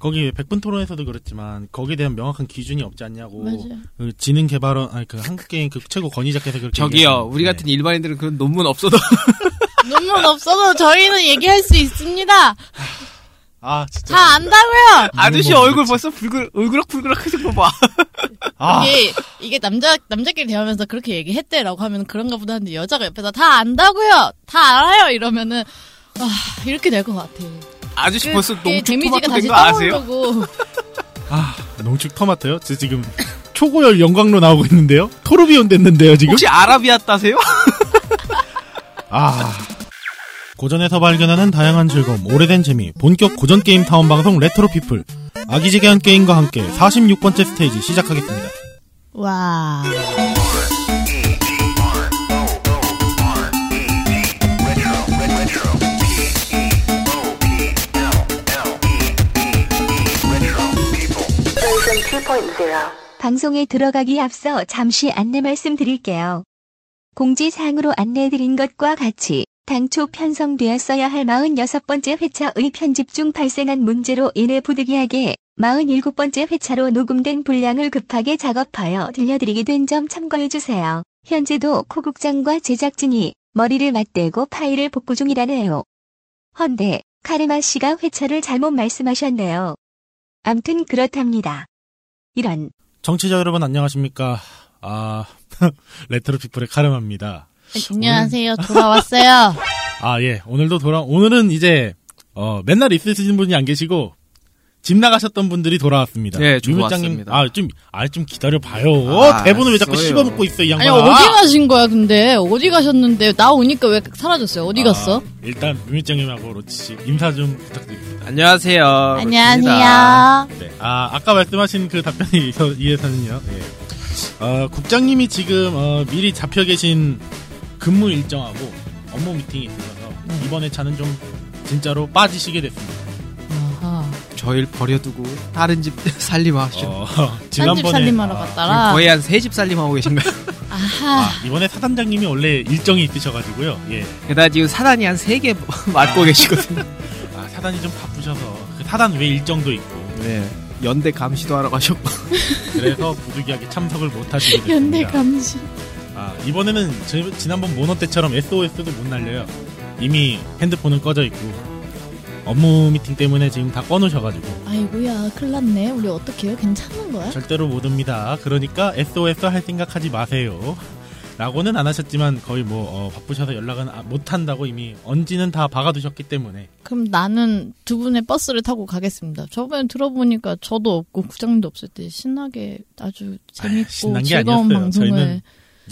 거기 백분 토론에서도 그랬지만 거기에 대한 명확한 기준이 없지 않냐고 맞아요. 그 지능 개발원 아니 그 한국 게임 그 최고 권위자께서 그렇게 저기요, 얘기하셨는데. 우리 같은 일반인들은 그런 논문 없어도 논문 없어도 저희는 얘기할 수 있습니다. 아 다 진짜 안다고요. 아저씨 논문 얼굴 벌써 불글 울그락불그락해진 거 봐. 아 이게 이게 남자 남자끼리 대하면서 그렇게 얘기했대라고 하면 그런가 보다 하는데 여자가 옆에서 다 안다고요. 다 알아요 이러면은 아, 이렇게 될 것 같아. 아저씨 그- 벌써 그게 농축 데미지가 토마토 다시 된거 아세요? 떠오르고 아 농축 토마토요? 저 지금 초고열 영광로 나오고 있는데요. 토르비온 됐는데요 지금? 혹시 아라비아 따세요? 아. 고전에서 발견하는 다양한 즐거움, 오래된 재미, 본격 고전 게임 타운 방송 레트로 피플. 아기지개한 게임과 함께 46번째 스테이지 시작하겠습니다. 와. 방송에 들어가기 앞서 잠시 안내 말씀드릴게요. 공지사항으로 안내해드린 것과 같이 당초 편성되었어야 할 46번째 회차의 편집 중 발생한 문제로 인해 부득이하게 47번째 회차로 녹음된 분량을 급하게 작업하여 들려드리게 된 점 참고해주세요. 현재도 코국장과 제작진이 머리를 맞대고 파일을 복구 중이라네요. 헌데 카르마 씨가 회차를 잘못 말씀하셨네요. 암튼 그렇답니다. 이런. 청취자 여러분 안녕하십니까? 아, 레트로 피플의 카르마입니다. 안녕하세요. 네. 돌아왔어요. 아, 예. 오늘도 돌아 오늘은 이제 어, 맨날 있으신 분이 안 계시고 집 나가셨던 분들이 돌아왔습니다. 네, 저도 유물장님, 왔습니다. 아, 좀, 아, 좀 기다려봐요. 아, 대본을 왜 자꾸 알았어요. 씹어먹고 있어, 이 양반. 아니 어디 가신 거야 근데 어디 가셨는데 나 오니까 왜 사라졌어요? 아, 어디 갔어? 아, 일단, 유물장님하고 로치씨, 인사 좀 부탁드립니다. 안녕하세요. 안녕하세요. 네. 아, 아까 말씀하신 그 답변에 이어- 이해서는요. 예. 어, 국장님이 지금 어, 미리 잡혀 계신 근무 일정하고 업무 미팅이 있어서 음. 이번에 차는 좀 진짜로 빠지시게 됐습니다. 아하. 저희를 버려두고 다른 집 살림하시죠. 어, 딴 집 지난번에 살림하러 지금 갔다라. 거의 한 세 집 살림하고 계신가요? 아하. 아, 이번에 사단장님이 원래 일정이 있으셔가지고요. 예. 게다가 지금 사단이 한 세 개 맞고 계시거든요. 아, 사단이 좀 바쁘셔서 그 사단 외 일정도 있고 네. 연대 감시도 하러 가셨고. 그래서 부득이하게 참석을 못 하시게 됐습니다. 연대 감시. 아, 이번에는 지- 지난번 모노 때처럼 SOS도 못 날려요. 이미 핸드폰은 꺼져 있고 업무 미팅 때문에 지금 다 꺼놓으셔가지고 아이고야 큰일 났네. 우리 어떻게 해요? 괜찮은 거야? 절대로 못 옵니다. 그러니까 SOS 할 생각하지 마세요. 라고는 안 하셨지만 거의 뭐 어, 바쁘셔서 연락은 아- 못 한다고 이미 언지는 다 박아두셨기 때문에 그럼 나는 두 분의 버스를 타고 가겠습니다. 저번에 들어보니까 저도 없고 구장님도 없을 때 신나게 아주 재밌고 신난 게 즐거운 아니었어요. 방송을 저희는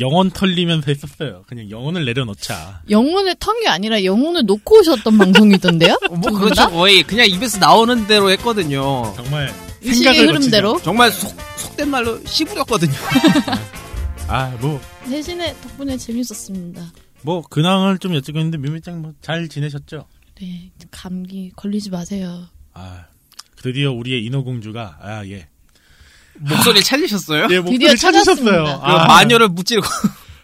영혼 털리면서 했었어요. 그냥 영혼을 내려놓자. 영혼을 탄게 아니라 영혼을 놓고 오셨던 방송이던데요? 어, 뭐 그렇죠. 거의 그냥 입에서 나오는 대로 했거든요. 정말 의식의 생각을 흐름대로 정말 속, 속된 말로 씨부렸거든요. 아뭐 대신에 덕분에 재밌었습니다. 뭐 근황을 좀 여쭙겠는데 묘미짱 뭐 잘 지내셨죠? 네 감기 걸리지 마세요. 아 드디어 우리의 인어공주가 아 예. 목소리를 찾으셨어요? 예 목소리를 아, 찾으셨어요. 찾았습니다. 아, 그 마녀를 무찌르고.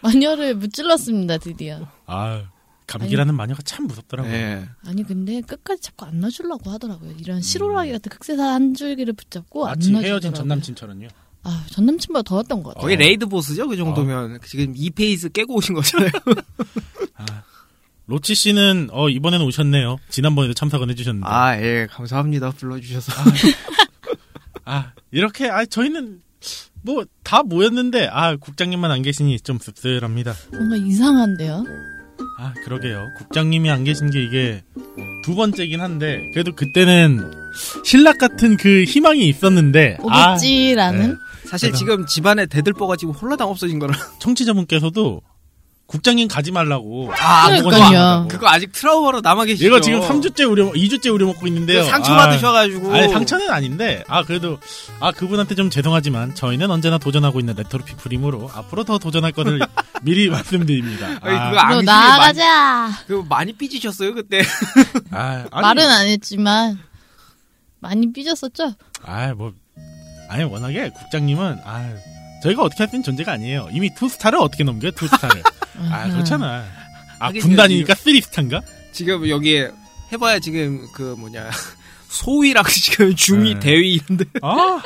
마녀를 무찔렀습니다 드디어. 아 감기라는 마녀가 참 무섭더라고요. 네. 아니 근데 끝까지 자꾸 안 놔주려고 하더라고요. 이런 시로라기 같은 극세사 한 줄기를 붙잡고 안 음. 마치 놔주더라고요. 헤어진 전 남친처럼요. 아, 전 남친보다 더 왔던 것 같아요. 거의 레이드 보스죠? 그 정도면. 지금 2페이지 깨고 오신 거잖아요. 로치 씨는 어 이번에는 오셨네요. 지난번에도 참석은 해주셨는데. 아, 아, 예. 감사합니다. 불러주셔서. 이렇게 아 저희는 뭐 다 모였는데 아 국장님만 안 계시니 좀 씁쓸합니다. 뭔가 이상한데요? 아 그러게요. 국장님이 안 계신 게 이게 두 번째긴 한데 그래도 그때는 신락 같은 그 희망이 있었는데 아, 오겠지라는? 사실 지금 집안에 대들보가 지금 홀라당 없어진 거라. 청취자분께서도 국장님 가지 말라고. 아, 그거 그러니까요. 나가고. 그거 아직 트라우마로 남아계시죠? 그 이거 지금 3주째 우려 2주째 우려 먹고 있는데요. 네. 상처받으셔가지고. 아, 아니 상처는 아닌데 아 그래도 아 그분한테 좀 죄송하지만 저희는 언제나 도전하고 있는 레트로 피플이므로 앞으로 더 도전할 것을 미리 말씀드립니다. 아니, 아, 그거 너 앙심이 많이, 뭐, 나가자! 그거 많이 삐지셨어요, 그때. 아, 아니, 말은 안 했지만, 많이 삐졌었죠? 아, 뭐 아니 워낙에 국장님은 아 저희가 어떻게 할수 있는 존재가 아니에요. 이미 투 스타를 어떻게 넘겨요? 투 스타를. 음. 아 그렇잖아. 아 하긴 군단이니까 쓰리 스타인가? 지금 여기에 해봐야 지금 그 뭐냐 소위라고 지금 중위, 네. 대위 이런데. 아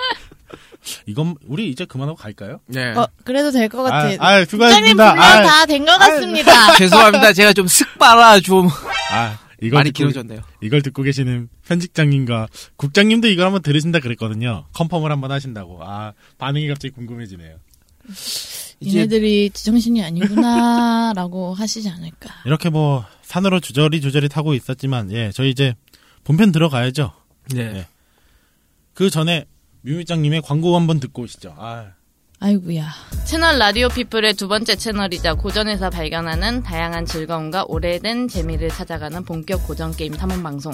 이건 우리 이제 그만하고 갈까요? 네. 어, 그래도 될 것 같아. 아, 아 국장님 수고하셨습니다. 분량 아, 다 된 것 같습니다. 아, 죄송합니다. 제가 좀 슥바라 좀 아 이걸 많이 듣고, 길어졌네요. 이걸 듣고 계시는 편집장님과 국장님도 이걸 한번 들으신다 그랬거든요. 컨펌을 한번 하신다고. 아 반응이 갑자기 궁금해지네요. 이제 얘네들이 지정신이 아니구나라고 하시지 않을까. 이렇게 뭐 산으로 주저리 주저리 타고 있었지만 예 저희 이제 본편 들어가야죠. 네. 네. 그 전에 뮤미장님의 광고 한번 듣고 오시죠. 아 아이고야. 채널 라디오 피플의 두 번째 채널이자 고전에서 발견하는 다양한 즐거움과 오래된 재미를 찾아가는 본격 고전 게임 탐험 방송.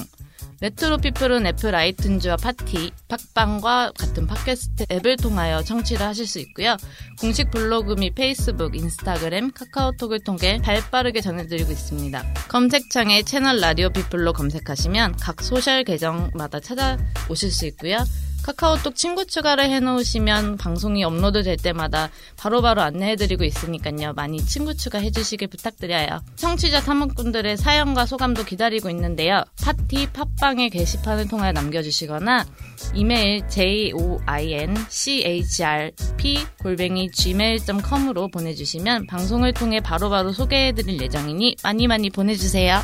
레트로 피플은 애플 아이튠즈와 파티, 팟빵과 같은 팟캐스트 앱을 통하여 청취를 하실 수 있고요. 공식 블로그 및 페이스북, 인스타그램, 카카오톡을 통해 발빠르게 전해드리고 있습니다. 검색창에 채널 라디오 피플로 검색하시면 각 소셜 계정마다 찾아오실 수 있고요. 카카오톡 친구 추가를 해놓으시면 방송이 업로드 될 때마다 바로바로 안내해드리고 있으니까요. 많이 친구 추가해주시길 부탁드려요. 청취자 탐험꾼들의 사연과 소감도 기다리고 있는데요. 파티 팟빵의 게시판을 통해 남겨주시거나 이메일 joinchrp-gmail.com으로 보내주시면 방송을 통해 바로바로 소개해드릴 예정이니 많이 많이 보내주세요.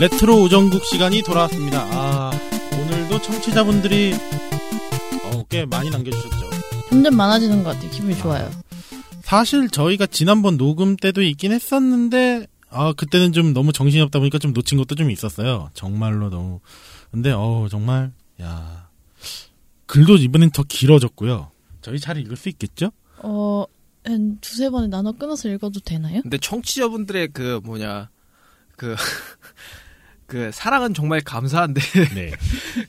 레트로 우정국 시간이 돌아왔습니다. 아 오늘도 청취자분들이 어, 꽤 많이 남겨주셨죠. 점점 많아지는 것 같아요. 기분이 좋아요. 사실 저희가 지난번 녹음 때도 있긴 했었는데 아 그때는 좀 너무 정신이 없다 보니까 좀 놓친 것도 좀 있었어요. 정말로 너무 근데 어 정말 야 글도 이번엔 더 길어졌고요. 저희 잘 읽을 수 있겠죠? 어, 한 두세 번에 나눠 끊어서 읽어도 되나요? 근데 청취자분들의 그 뭐냐 그 그 사랑은 정말 감사한데 네.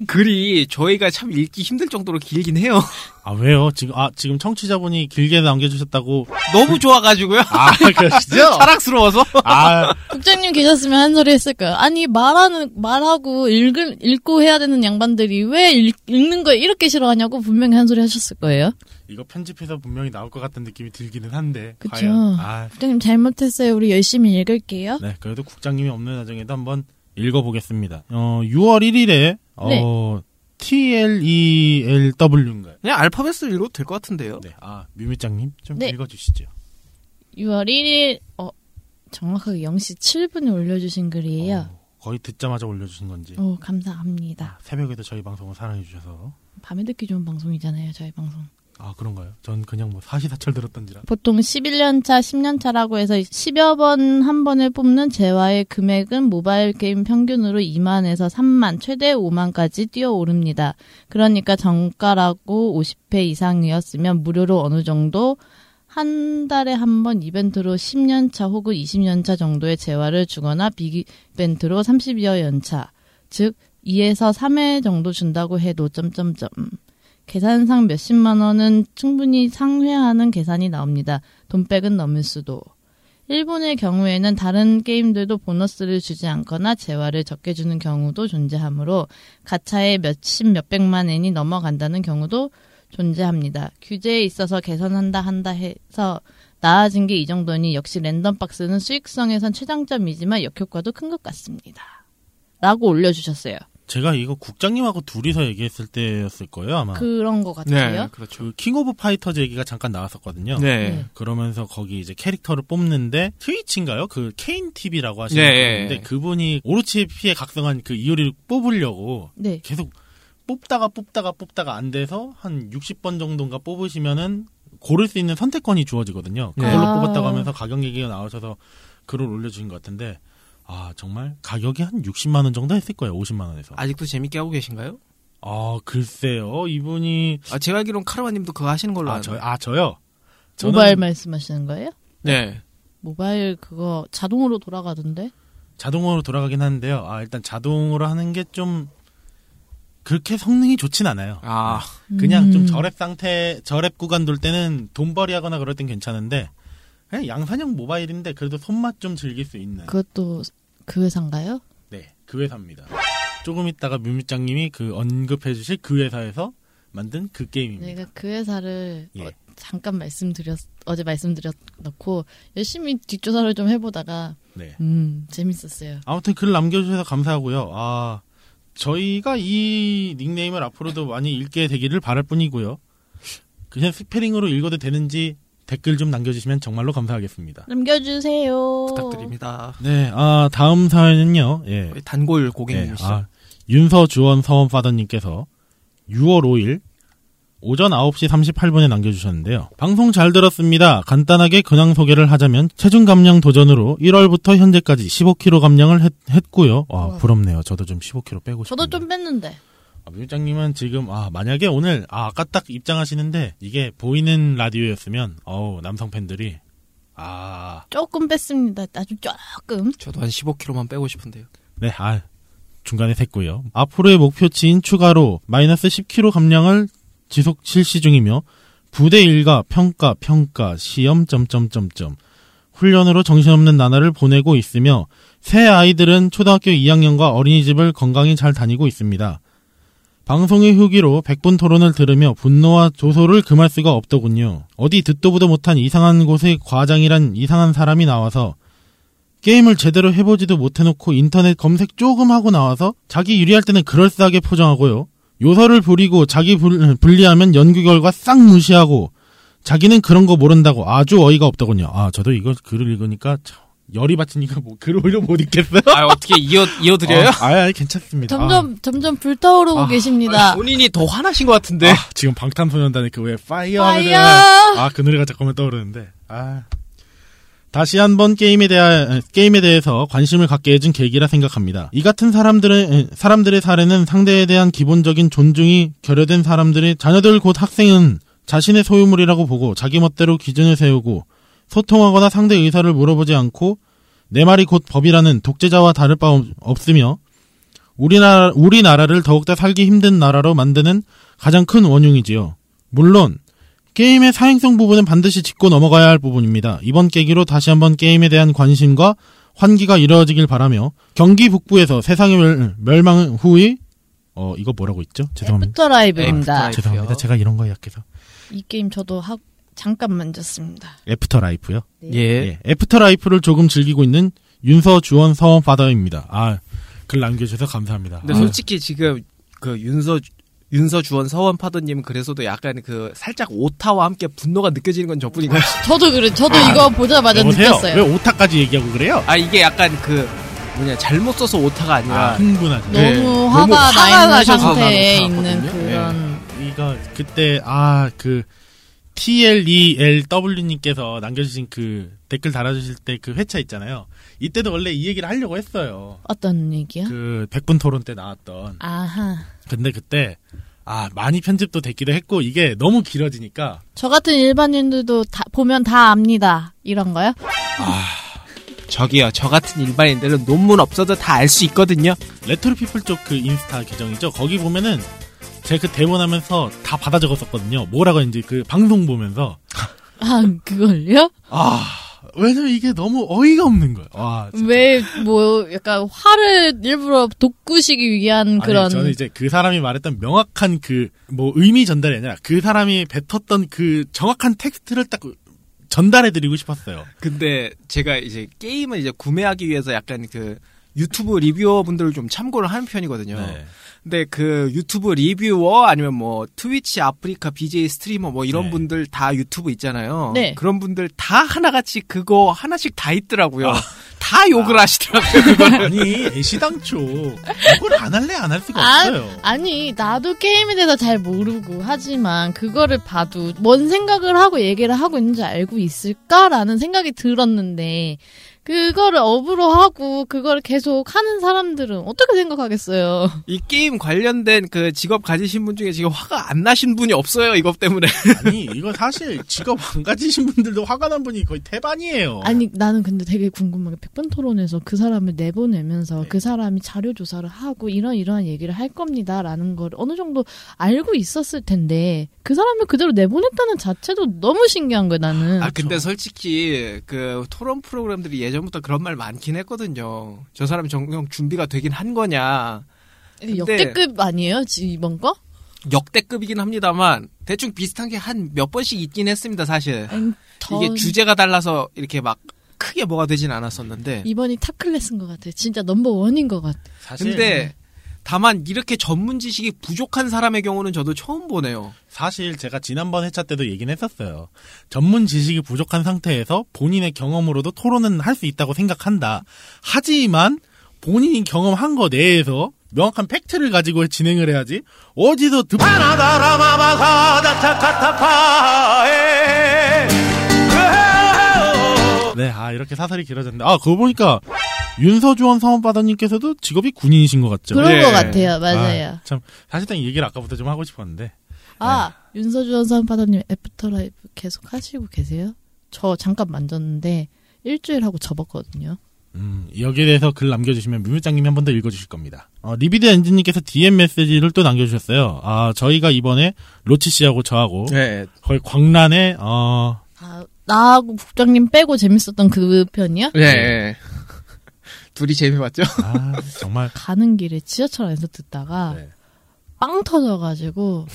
글이 저희가 참 읽기 힘들 정도로 길긴 해요. 아 왜요? 지금 아 지금 청취자분이 길게 남겨주셨다고 너무 좋아가지고요. 아 그러시죠? 사랑스러워서. 아 국장님 계셨으면 한 소리 했을 거예요. 아니 말하는 말하고 읽은 읽고 해야 되는 양반들이 왜 읽, 읽는 거 이렇게 싫어하냐고 분명히 한 소리 하셨을 거예요. 이거 편집해서 분명히 나올 것 같은 느낌이 들기는 한데 그쵸. 과연 아 국장님 잘못했어요. 우리 열심히 읽을게요. 네, 그래도 국장님이 없는 나중에도 한번 읽어보겠습니다. 어, 6월 1일에 어, TLELW인가요? 그냥 알파벳으로 읽어도 될 것 같은데요. 네, 아 뮤미장님 좀 네. 읽어주시죠. 6월 1일 어 정확하게 0시 7분에 올려주신 글이에요. 어, 네. 거의 듣자마자 올려주신 건지 오 감사합니다. 새벽에도 저희 방송을 사랑해주셔서 밤에 듣기 좋은 방송이잖아요. 저희 방송. 아 그런가요? 전 그냥 뭐 사시사철 들었던지라. 보통 11년차, 10년차라고 해서 10여 번 한 번에 뽑는 재화의 금액은 모바일 게임 평균으로 2만에서 3만, 최대 5만까지 뛰어오릅니다. 그러니까 정가라고 50회 이상이었으면 무료로 어느 정도 한 달에 한 번 이벤트로 10년차 혹은 20년차 정도의 재화를 주거나 빅이벤트로 30여 연차, 즉 2에서 3회 정도 준다고 해도 점점점 계산상 몇십만 원은 충분히 상회하는 계산이 나옵니다. 돈백은 넘을 수도. 일본의 경우에는 다른 게임들도 보너스를 주지 않거나 재화를 적게 주는 경우도 존재하므로 가차에 몇십 몇백만 엔이 넘어간다는 경우도 존재합니다. 규제에 있어서 개선한다 한다 해서 나아진 게 이 정도니 역시 랜덤 박스는 수익성에선 최장점이지만 역효과도 큰 것 같습니다. 라고 올려주셨어요. 제가 이거 국장님하고 둘이서 얘기했을 때였을 거예요 아마. 그... 그런 것 같아요. 그렇죠. 킹 오브 파이터즈 얘기가 잠깐 나왔었거든요. 네. 그러면서 거기 이제 캐릭터를 뽑는데 트위치인가요? 그 케인 TV라고 하시는 네, 분인데 예. 그분이 오로치피에 각성한 그 이효리를 뽑으려고 네. 계속 뽑다가 뽑다가 뽑다가 안 돼서 한 60번 정도인가 뽑으시면은 고를 수 있는 선택권이 주어지거든요. 네. 그걸로 아. 뽑았다고 하면서 가격 얘기가 나오셔서 글을 올려주신 것 같은데 아 정말 가격이 한 60만 원 정도 했을 거예요. 50만 원에서. 아, 아직도 재밌게 하고 계신가요? 글쎄요 이분이 아, 제가 알기론 카르마님도 그거 하시는 걸로 아, 아는데. 저, 아 저요. 저는- 모바일 말씀하시는 거예요? 네. 모바일 그거 자동으로 돌아가던데? 자동으로 돌아가긴 하는데요. 아, 일단 자동으로 하는 게 좀 그렇게 성능이 좋진 않아요. 아, 그냥 좀 음. 저랩 상태, 저랩 구간 돌 때는 돈벌이 하거나 그럴 땐 괜찮은데, 그냥 양산형 모바일인데 그래도 손맛 좀 즐길 수 있는. 그것도 그 회사인가요? 네, 그 회사입니다. 조금 있다가 뮤미짱님이 그 언급해주실 그 회사에서 만든 그 게임입니다. 내가 그 회사를 예. 어, 잠깐 말씀드렸 어제 말씀드렸 놓고 열심히 뒷조사를 좀 해보다가 네. 음 재밌었어요. 아무튼 글 남겨주셔서 감사하고요. 아 저희가 이 닉네임을 앞으로도 많이 읽게 되기를 바랄 뿐이고요. 그냥 스페링으로 읽어도 되는지 댓글 좀 남겨주시면 정말로 감사하겠습니다. 남겨주세요. 부탁드립니다. 네, 아 다음 사연은요. 예, 거의 단골 네, 고객님이시죠. 아, 윤서 주원 서원 파더님께서 6월 5일 오전 9시 38분에 남겨주셨는데요. 방송 잘 들었습니다. 간단하게 근황 소개를 하자면 체중 감량 도전으로 1월부터 현재까지 15kg 감량을 했, 했고요. 와 우와. 부럽네요. 저도 좀 15kg 빼고 싶어요. 저도 좀 뺐는데 아, 뮤장님은 지금 아 만약에 오늘 아 아까 딱 입장하시는데 이게 보이는 라디오였으면 어우 남성 팬들이 아 조금 뺐습니다. 아주 조금. 저도 한 15kg만 빼고 싶은데요. 네, 아, 중간에 샜고요. 앞으로의 목표치인 추가로 마이너스 10kg 감량을 지속 실시 중이며 부대 일과 평가, 평가, 시험, 점점점점 훈련으로 정신없는 나날을 보내고 있으며 새 아이들은 초등학교 2학년과 어린이집을 건강히 잘 다니고 있습니다. 방송의 후기로 100분 토론을 들으며 분노와 조소를 금할 수가 없더군요. 어디 듣도 보도 못한 이상한 곳에 과장이란 이상한 사람이 나와서 게임을 제대로 해보지도 못해놓고 인터넷 검색 조금 하고 나와서 자기 유리할 때는 그럴싸하게 포장하고요. 요설을 부리고 자기 불, 불리하면 연구 결과 싹 무시하고 자기는 그런 거 모른다고 아주 어이가 없더군요. 아 저도 이거 글을 읽으니까 참 열이 받치니까 뭐 글을 오히려 못 읽겠어요. 아 어떻게 이어 이어드려요? 아, 아니, 아니, 괜찮습니다. 점점 점점 불타오르고 아, 계십니다. 본인이 더 화나신 것 같은데. 아, 아, 지금 방탄소년단의 그 왜 파이어 하면은 파이어. 아 그 노래가 잠깐만 떠오르는데 아 다시 한번 게임에 대한 게임에 대해서 관심을 갖게 해준 계기라 생각합니다. 이 같은 사람들의 에, 사람들의 사례는 상대에 대한 기본적인 존중이 결여된 사람들의 자녀들 곧 학생은 자신의 소유물이라고 보고 자기 멋대로 기준을 세우고 소통하거나 상대 의사를 물어보지 않고 내 말이 곧 법이라는 독재자와 다를 바 없- 없으며 우리나라 우리나라를 더욱더 살기 힘든 나라로 만드는 가장 큰 원흉이지요. 물론 게임의 사행성 부분은 반드시 짚고 넘어가야 할 부분입니다. 이번 계기로 다시 한번 게임에 대한 관심과 환기가 이루어지길 바라며 경기 북부에서 세상의 멸- 멸망 후의 어 이거 뭐라고 있죠? 죄송합니다. 애프터 네, 라이브입니다. 애프터 아, 죄송합니다. 라이프요. 제가 이런 거에 약해서 이 게임 저도 하, 잠깐 만졌습니다. 애프터 라이프요. 네. 예. 예, 애프터 라이프를 조금 즐기고 있는 윤서 주원 서원 파더입니다. 아 글 남겨주셔서 감사합니다. 근데 아, 솔직히 지금 그 윤서 윤서 주원 서원 파더님 그래서도 약간 그 살짝 오타와 함께 분노가 느껴지는 건 저뿐인가? 저도 그래. 저도 이거 보자마자 아, 여보세요? 느꼈어요. 왜 오타까지 얘기하고 그래요? 아 이게 약간 그 뭐냐 잘못 써서 오타가 아니라 아, 흥분하죠. 너무 네. 너무 화가 화가 나 있는 나셔서 상태에 나는 있는 생각하거든요. 네. 그런 이거 그때 아 그 TLELW님께서 남겨주신 그 댓글 달아주실 때 그 회차 있잖아요. 이때도 원래 이 얘기를 하려고 했어요. 어떤 얘기야? 그 백분 토론 때 나왔던. 아하. 근데 그때 아 많이 편집도 됐기도 했고 이게 너무 길어지니까 저 같은 일반인들도 다 보면 다 압니다. 이런 거요? 저기요 저 같은 일반인들은 논문 없어도 다 알 수 있거든요. 레트로 피플 쪽 그 인스타 계정이죠. 거기 보면은 제가 그 대본 하면서 다 받아 적었었거든요. 뭐라고 했는지 그 방송 보면서 아, 그걸요? 아 왜냐면 이게 너무 어이가 없는 거예요. 와 진짜. 왜 뭐 약간 화를 일부러 돋구시기 위한 아니, 그런 저는 이제 그 사람이 말했던 명확한 그 뭐 의미 전달이 아니라 그 사람이 뱉었던 그 정확한 텍스트를 딱 전달해 드리고 싶었어요. 근데 제가 이제 게임을 이제 구매하기 위해서 약간 그 유튜브 리뷰어 분들을 좀 참고를 하는 편이거든요. 네. 근데 그 유튜브 리뷰어 아니면 뭐 트위치 아프리카 BJ 스트리머 뭐 이런 네. 분들 다 유튜브 있잖아요. 네. 그런 분들 다 하나같이 그거 하나씩 다 있더라고요. 다 욕을 하시더라고요. 그거를. 아니 애시당초 그걸 안 할래 안 할 수가 아, 없어요. 아니 나도 게임에 대해서 잘 모르고 하지만 그거를 봐도 뭔 생각을 하고 얘기를 하고 있는지 알고 있을까라는 생각이 들었는데 그거를 업으로 하고 그거를 계속 하는 사람들은 어떻게 생각하겠어요? 이 게임 관련된 그 직업 가지신 분 중에 지금 화가 안 나신 분이 없어요. 이것 때문에. 아니 이거 사실 직업 안 가지신 분들도 화가 난 분이 거의 어. 태반이에요. 아니 나는 근데 되게 궁금한 게 백분 토론에서 그 사람을 내보내면서 네. 그 사람이 자료 조사를 하고 이런 이러한 얘기를 할 겁니다라는 걸 어느 정도 알고 있었을 텐데 그 사람을 그대로 내보냈다는 자체도 너무 신기한 거야 나는. 아 근데 솔직히 그 토론 프로그램들이 예전부터 그런 말 많긴 했거든요. 저 사람 정경 준비가 되긴 한 거냐. 이게 역대급 아니에요? 지- 이번 거? 역대급이긴 합니다만 대충 비슷한 게 한 몇 번씩 있긴 했습니다 사실. 아니, 더 이게 주제가 달라서 이렇게 막 크게 뭐가 되진 않았었는데. 이번이 탑 클래스인 것 같아. 진짜 넘버 원인 것 같아. 사실 근데 다만 이렇게 전문 지식이 부족한 사람의 경우는 저도 처음 보네요. 사실 제가 지난번 회차 때도 얘기는 했었어요. 전문 지식이 부족한 상태에서 본인의 경험으로도 토론은 할 수 있다고 생각한다. 하지만 본인이 경험한 거 내에서 명확한 팩트를 가지고 진행을 해야지 어디서 듣 네, 아 이렇게 사설이 길어졌는데 아 그거 보니까 윤서주원 사업바다님께서도 직업이 군인이신 것 같죠? 그런 네. 것 같아요. 맞아요. 예. 아, 참 사실상 이 얘기를 아까부터 좀 하고 싶었는데 아, 윤서주원 선파다님 애프터라이프 계속 하시고 계세요? 저 잠깐 만졌는데 일주일 하고 접었거든요. 음, 여기에 대해서 글 남겨주시면 뮤뮤장님이 한 번 더 읽어주실 겁니다. 어, 리비드 엔진님께서 DM 메시지를 또 남겨주셨어요. 아, 저희가 이번에 로치 씨하고 저하고 네. 거의 광란에, 어, 아, 나하고 국장님 빼고 재밌었던 그 편이요? 네. 둘이 재미봤죠? 아, 정말. 가는 길에 지하철 안에서 듣다가 네. 빵 터져가지고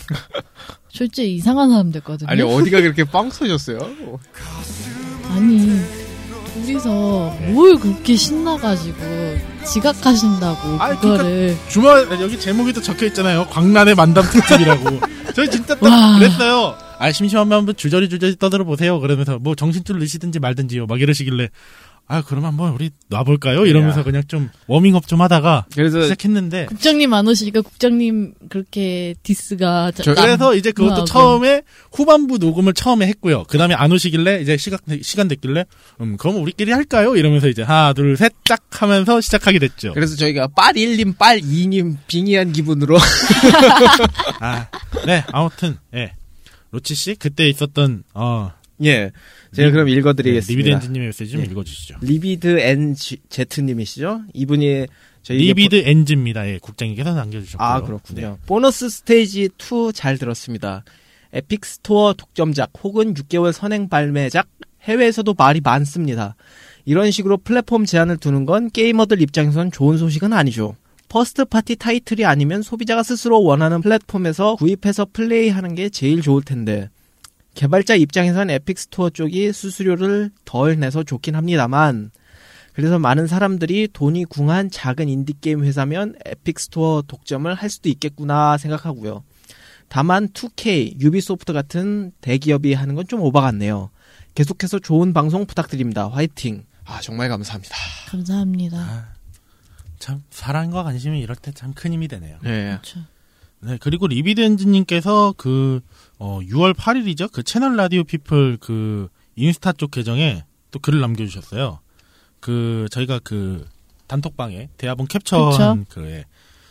솔직히 이상한 사람 됐거든요. 아니 어디가 그렇게 빵 터졌어요? 아니, 둘이서 뭘 그렇게 신나가지고 지각하신다고 아니, 그러니까 그거를 주말, 여기 제목이 또 적혀 있잖아요. 광란의 만담 특집이라고. 저희 진짜 딱 와. 그랬어요. 아, 심심하면 한번 주저리 주저리 떠들어 보세요. 그러면서 뭐 정신줄 넣으시든지 말든지요. 막 이러시길래. 아, 그럼 한번 우리 놔볼까요? 이러면서 야. 그냥 좀 워밍업 좀 하다가 그래서 시작했는데. 국장님 안 오시니까 국장님 그렇게 디스가 자- 남- 그래서 이제 그것도 아, 처음에 후반부 녹음을 처음에 했고요. 그 다음에 안 오시길래 이제 시각, 시간 됐길래, 음, 그럼 우리끼리 할까요? 이러면서 이제 하나, 둘, 셋, 짝 하면서 시작하게 됐죠. 그래서 저희가 빨 1님, 빨 2님 빙의한 기분으로 아, 네, 아무튼, 예. 로치 씨, 그때 있었던, 어, 예. 제가 그럼 읽어드리겠습니다. 리비드 엔진님의 메시지 좀 예. 읽어주시죠. 리비드 엔 제트님이시죠? 네, 이분이 저희 리비드 엔진입니다. 예, 국장님께서 남겨주셨고요. 네. 아 그렇군요. 보너스 스테이지 2 잘 들었습니다. 에픽 스토어 독점작 혹은 6개월 선행 발매작 해외에서도 말이 많습니다. 이런 식으로 플랫폼 제한을 두는 건 게이머들 입장에선 좋은 소식은 아니죠. 퍼스트 파티 타이틀이 아니면 소비자가 스스로 원하는 플랫폼에서 구입해서 플레이하는 게 제일 좋을 텐데 개발자 입장에선 에픽 스토어 쪽이 수수료를 덜 내서 좋긴 합니다만 그래서 많은 사람들이 돈이 궁한 작은 인디게임 회사면 에픽스토어 독점을 할 수도 있겠구나 생각하고요. 다만 2K, 유비소프트 같은 대기업이 하는 건 좀 오바 같네요. 계속해서 좋은 방송 부탁드립니다. 화이팅. 아 정말 감사합니다. 아, 감사합니다. 네. 참, 사랑과 관심이 이럴 때 참 큰 힘이 되네요. 네. 그렇죠. 네, 그리고 리비드 엔진님께서 그, 어, 6월 8일이죠? 그 채널 라디오 피플 그, 인스타 쪽 계정에 또 글을 남겨주셨어요. 그, 저희가 그, 단톡방에 대화본 캡처한 그, 예.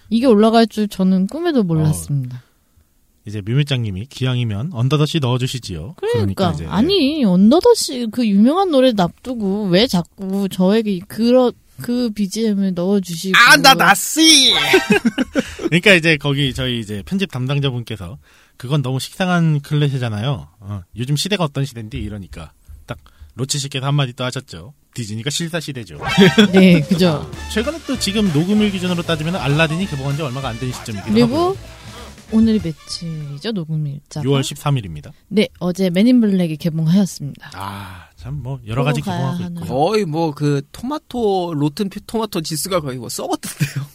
이게 올라갈 줄 저는 꿈에도 몰랐습니다. 이제 뮤밀장님이 기왕이면 언더더시 넣어주시지요. 그러니까, 이제, 예. 아니 언더더시 그 유명한 노래 놔두고 왜 자꾸 저에게 그런 그 BGM을 넣어주시고 아, 나씨. 그러니까 이제 거기 저희 이제 편집 담당자분께서 그건 너무 식상한 클래시잖아요. 어, 요즘 시대가 어떤 시대인데 이러니까 딱 로치 씨께서 한마디 또 하셨죠. 디즈니가 실사 시대죠. 네 그죠 최근에 또 지금 녹음일 기준으로 따지면 알라딘이 개봉한 지 얼마가 안 된 시점이기도 하고 그리고 오늘이 며칠이죠 녹음일자 6월 13일입니다. 네 어제 맨인 블랙이 개봉하였습니다 아, 참 뭐 여러 가지 보러 개봉하고 가야 하나요? 있고요. 거의 뭐 그 토마토 로튼 피- 토마토 지수가 거의 뭐 썩었던데요.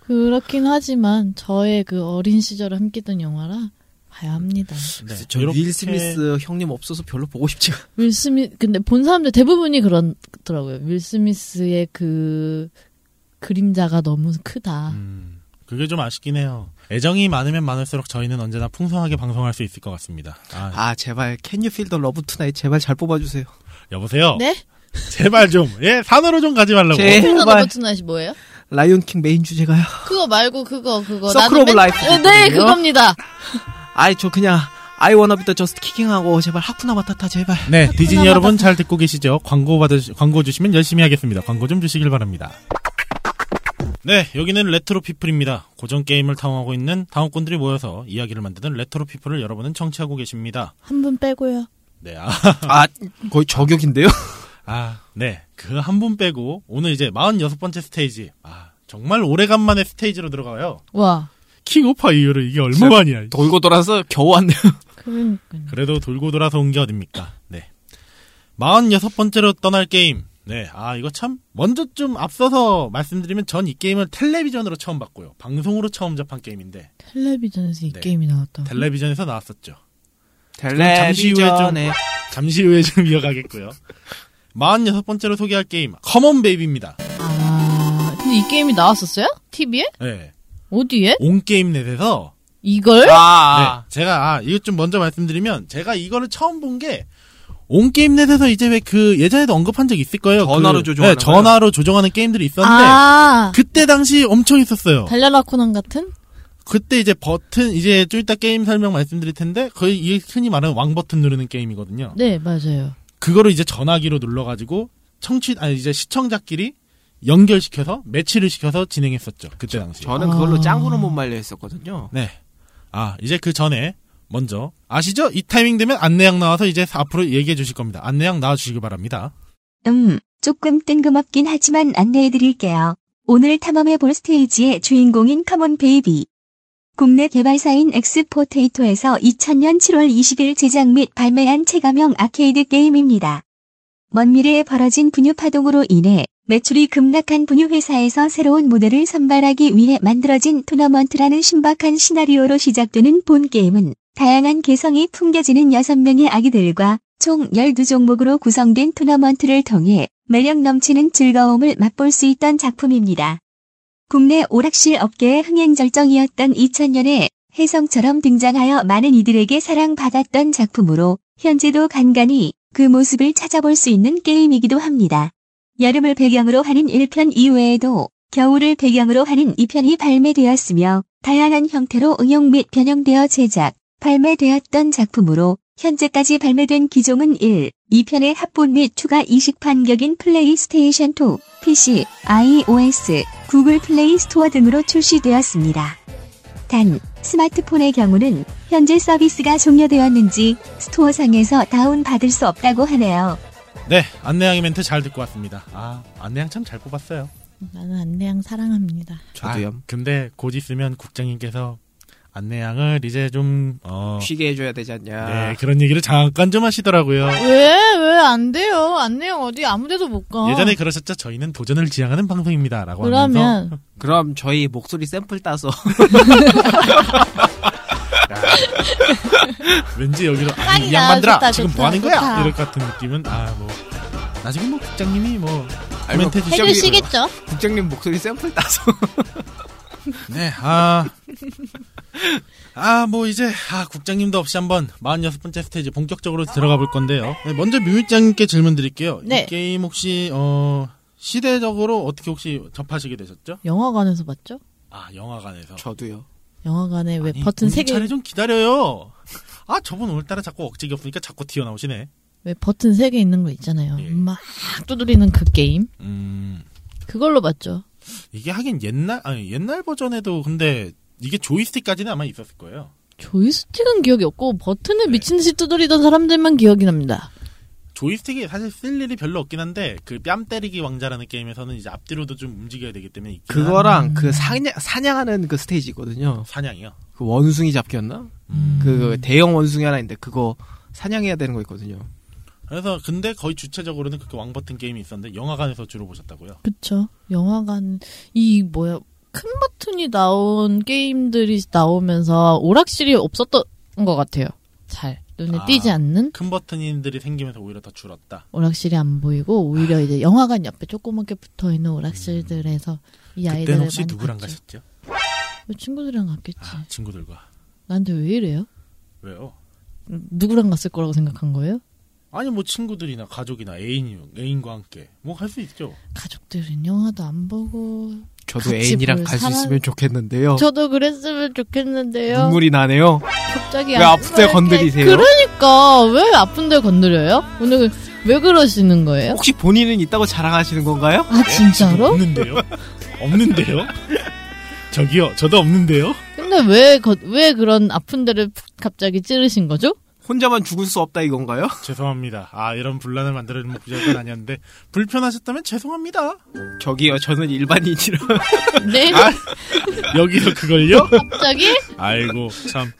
그렇긴 하지만 저의 그 어린 시절을 함께했던 영화라 봐야 합니다 네, 이렇게 저윌 스미스 형님 없어서 별로 보고 싶지가. 윌 스미 근데 본 사람들 대부분이 그렇더라고요. 윌 스미스의 그 그림자가 너무 크다. 음, 그게 좀 아쉽긴 해요. 애정이 많으면 많을수록 저희는 언제나 풍성하게 방송할 수 있을 것 같습니다. 아, 아 제발 캔 유 필더 러브 투나잇 제발 잘 뽑아주세요. 여보세요. 네? 제발 좀, 예, 산으로 좀 가지 말라고. 제- 필더 음, 말- 버튼아시 뭐예요? 라이온킹 메인 주제가요. 그거 말고 그거 그거. 서클 나는 오브 라이프 어, 네 있거든요. 그겁니다. 아이 저 그냥 아이 워너비더 저스트 키킹하고 제발 하쿠나 마타타 제발 네, 디즈니 여러분 잘 듣고 계시죠? 광고 받으 광고 주시면 열심히 하겠습니다. 광고 좀 주시길 바랍니다. 네, 여기는 레트로 피플입니다. 고전 게임을 탐험하고 있는 탐험꾼들이 모여서 이야기를 만드는 레트로 피플을 여러분은 청취하고 계십니다. 한 분 빼고요. 네, 아, 아 거의 저격인데요 아, 네. 그 한 분 빼고 오늘 이제 46번째 스테이지. 아, 정말 오래간만에 스테이지로 들어가요. 와. 킹 오파 이후로 이게 얼마만이야. 돌고 돌아서 겨우 왔네요. 그러니까요. 그래도 돌고 돌아서 온 게 어딥니까? 네. 46번째로 떠날 게임. 네. 아, 이거 참. 먼저 좀 앞서서 말씀드리면 전 이 게임을 텔레비전으로 처음 봤고요. 방송으로 처음 접한 게임인데. 텔레비전에서 이 네. 게임이 나왔다. 텔레비전에서 나왔었죠. 네, 잠시 후에 좀- 텔레비전에 잠시 후에 좀 이어가겠고요. 46번째로 소개할 게임. 커먼 베이비입니다. 아, 근데 이 게임이 나왔었어요? TV에? 네. 어디에? 온게임넷에서 이걸? 아, 네, 제가 아, 이것 좀 먼저 말씀드리면 제가 이거를 처음 본 게 온게임넷에서 이제 왜 그 예전에도 언급한 적 있을 거예요. 전화로 그- 조종하는 네, 전화로 조종하는 게임들이 있었는데 아, 그때 당시 엄청 있었어요. 달려라 코난 같은? 그때 이제 버튼 이제 좀 이따 게임 설명 말씀드릴 텐데 거의 이 흔히 말하는 왕 버튼 누르는 게임이거든요. 네, 맞아요. 그거를 이제 전화기로 눌러가지고 청취 아니 이제 시청자끼리 연결시켜서 매치를 시켜서 진행했었죠. 그때 당시. 네. 저는 아. 그걸로 짱구로 못 말려 했었거든요. 네. 아, 이제 그 전에 먼저 아시죠? 이 타이밍 되면 안내양 나와서 이제 앞으로 얘기해 주실 겁니다. 안내양 나와 주시기 바랍니다. 음, 조금 뜬금없긴 하지만 안내해 드릴게요. 오늘 탐험해 볼 스테이지의 주인공인 커먼 베이비. 국내 개발사인 엑스포테이토에서 2000년 7월 20일 제작 및 발매한 체감형 아케이드 게임입니다. 먼 미래에 벌어진 분유 파동으로 인해 매출이 급락한 분유 회사에서 새로운 모델을 선발하기 위해 만들어진 토너먼트라는 신박한 시나리오로 시작되는 본 게임은 다양한 개성이 풍겨지는 6명의 아기들과 총 12종목으로 구성된 토너먼트를 통해 매력 넘치는 즐거움을 맛볼 수 있던 작품입니다. 국내 오락실 업계의 흥행절정이었던 2000년에 혜성처럼 등장하여 많은 이들에게 사랑받았던 작품으로 현재도 간간히 그 모습을 찾아볼 수 있는 게임이기도 합니다. 여름을 배경으로 하는 1편 이외에도 겨울을 배경으로 하는 2편이 발매되었으며 다양한 형태로 응용 및 변형되어 제작, 발매되었던 작품으로 현재까지 발매된 기종은 1, 2편의 합본 및 추가 이식 판격인 플레이스테이션 2, PC, iOS, 구글 플레이 스토어 등으로 출시되었습니다. 단, 스마트폰의 경우는 현재 서비스가 종료되었는지 스토어상에서 다운받을 수 없다고 하네요. 네, 안내양의 멘트 잘 듣고 왔습니다. 아, 안내양 참 잘 뽑았어요. 나는 안내양 사랑합니다. 저도요. 아, 근데 곧 있으면 국장님께서 안내양을 이제 좀 어, 아, 쉬게 해줘야 되지 않냐. 아. 네, 그런 얘기를 잠깐 좀 하시더라고요. 왜? 왜 안 돼요? 안내양 어디 아무데도 못 가. 예전에 그러셨죠? 저희는 도전을 지향하는 방송입니다라고 하면서 그러면 그럼 저희 목소리 샘플 따서 왠지 여기로 아, 이 빵이다, 양반들아 좋다, 지금 좋다, 뭐 하는 거야? 좋다. 이럴 것 같은 느낌은 아 뭐 나중에 뭐 국장님이 뭐 아니면 코멘트 국장님- 해주시겠죠? 국장님 목소리 샘플 따서 네, 아. 아, 뭐, 이제, 아, 국장님도 없이 한번 46번째 스테이지 본격적으로 들어가 볼 건데요. 네, 먼저 뮤직장님께 질문 드릴게요. 네. 이 게임 혹시, 어, 시대적으로 어떻게 혹시 접하시게 되셨죠? 영화관에서 봤죠? 아, 영화관에서. 저도요. 영화관에 왜 아니, 버튼 본인 세 개 차례 좀 기다려요. 아, 저분 오늘따라 자꾸 억제기 없으니까 자꾸 튀어나오시네. 왜 버튼 세 개 있는 거 있잖아요. 예. 막 두드리는 그 게임. 음, 그걸로 봤죠. 이게 하긴 옛날, 아니, 옛날 버전에도 근데 이게 조이스틱까지는 아마 있었을 거예요. 조이스틱은 기억이 없고 버튼을 네. 미친 듯이 두드리던 사람들만 기억이 납니다. 조이스틱이 사실 쓸 일이 별로 없긴 한데 그 뺨 때리기 왕자라는 게임에서는 이제 앞뒤로도 좀 움직여야 되기 때문에 있긴 그거랑 그 사냥, 사냥하는 그 스테이지거든요. 한- 사냥이요. 그 원숭이 잡기였나? 그 음. 대형 원숭이 하나 있는데 그거 사냥해야 되는 거 있거든요. 그래서 근데 거의 주체적으로는 그렇게 왕 버튼 게임이 있었는데 영화관에서 주로 보셨다고요. 그쵸. 영화관, 이, 뭐야, 큰 버튼이 나온 게임들이 나오면서 오락실이 없었던 것 같아요. 잘. 눈에 아. 띄지 않는 큰 버튼들이 생기면서 오히려 더 줄었다. 오락실이 안 보이고, 오히려 이제 영화관 옆에 조그맣게 붙어 있는 오락실들에서 이 그때는 아이들을 혹시 많이 누구랑 봤죠. 가셨죠? 친구들이랑 갔겠지. 아, 친구들과. 나한테 왜 이래요? 왜요? 누구랑 갔을 거라고 생각한 거예요? 아니 뭐 친구들이나 가족이나 애인 애인과 함께 뭐 할 수 있죠. 가족들은 영화도 안 보고. 저도 같이 애인이랑 볼 갈 수 사람- 있으면 좋겠는데요. 저도 그랬으면 좋겠는데요. 어. 눈물이 나네요. 갑자기 왜 안 아프세 그럴게. 건드리세요? 그러니까 왜 아픈데 건드려요? 오늘 왜 그러시는 거예요? 혹시 본인은 있다고 자랑하시는 건가요? 아 진짜로? 없는데요? 없는데요? 저기요. 저도 없는데요? 근데 왜 왜 그런 아픈데를 갑자기 찌르신 거죠? 혼자만 죽을 수 없다 이건가요? 죄송합니다. 아 이런 분란을 만들어는 목적은 아니었는데 불편하셨다면 죄송합니다. 저기요, 저는 일반인이라. 네, 아. 여기서 그걸요? 갑자기? 아이고 참.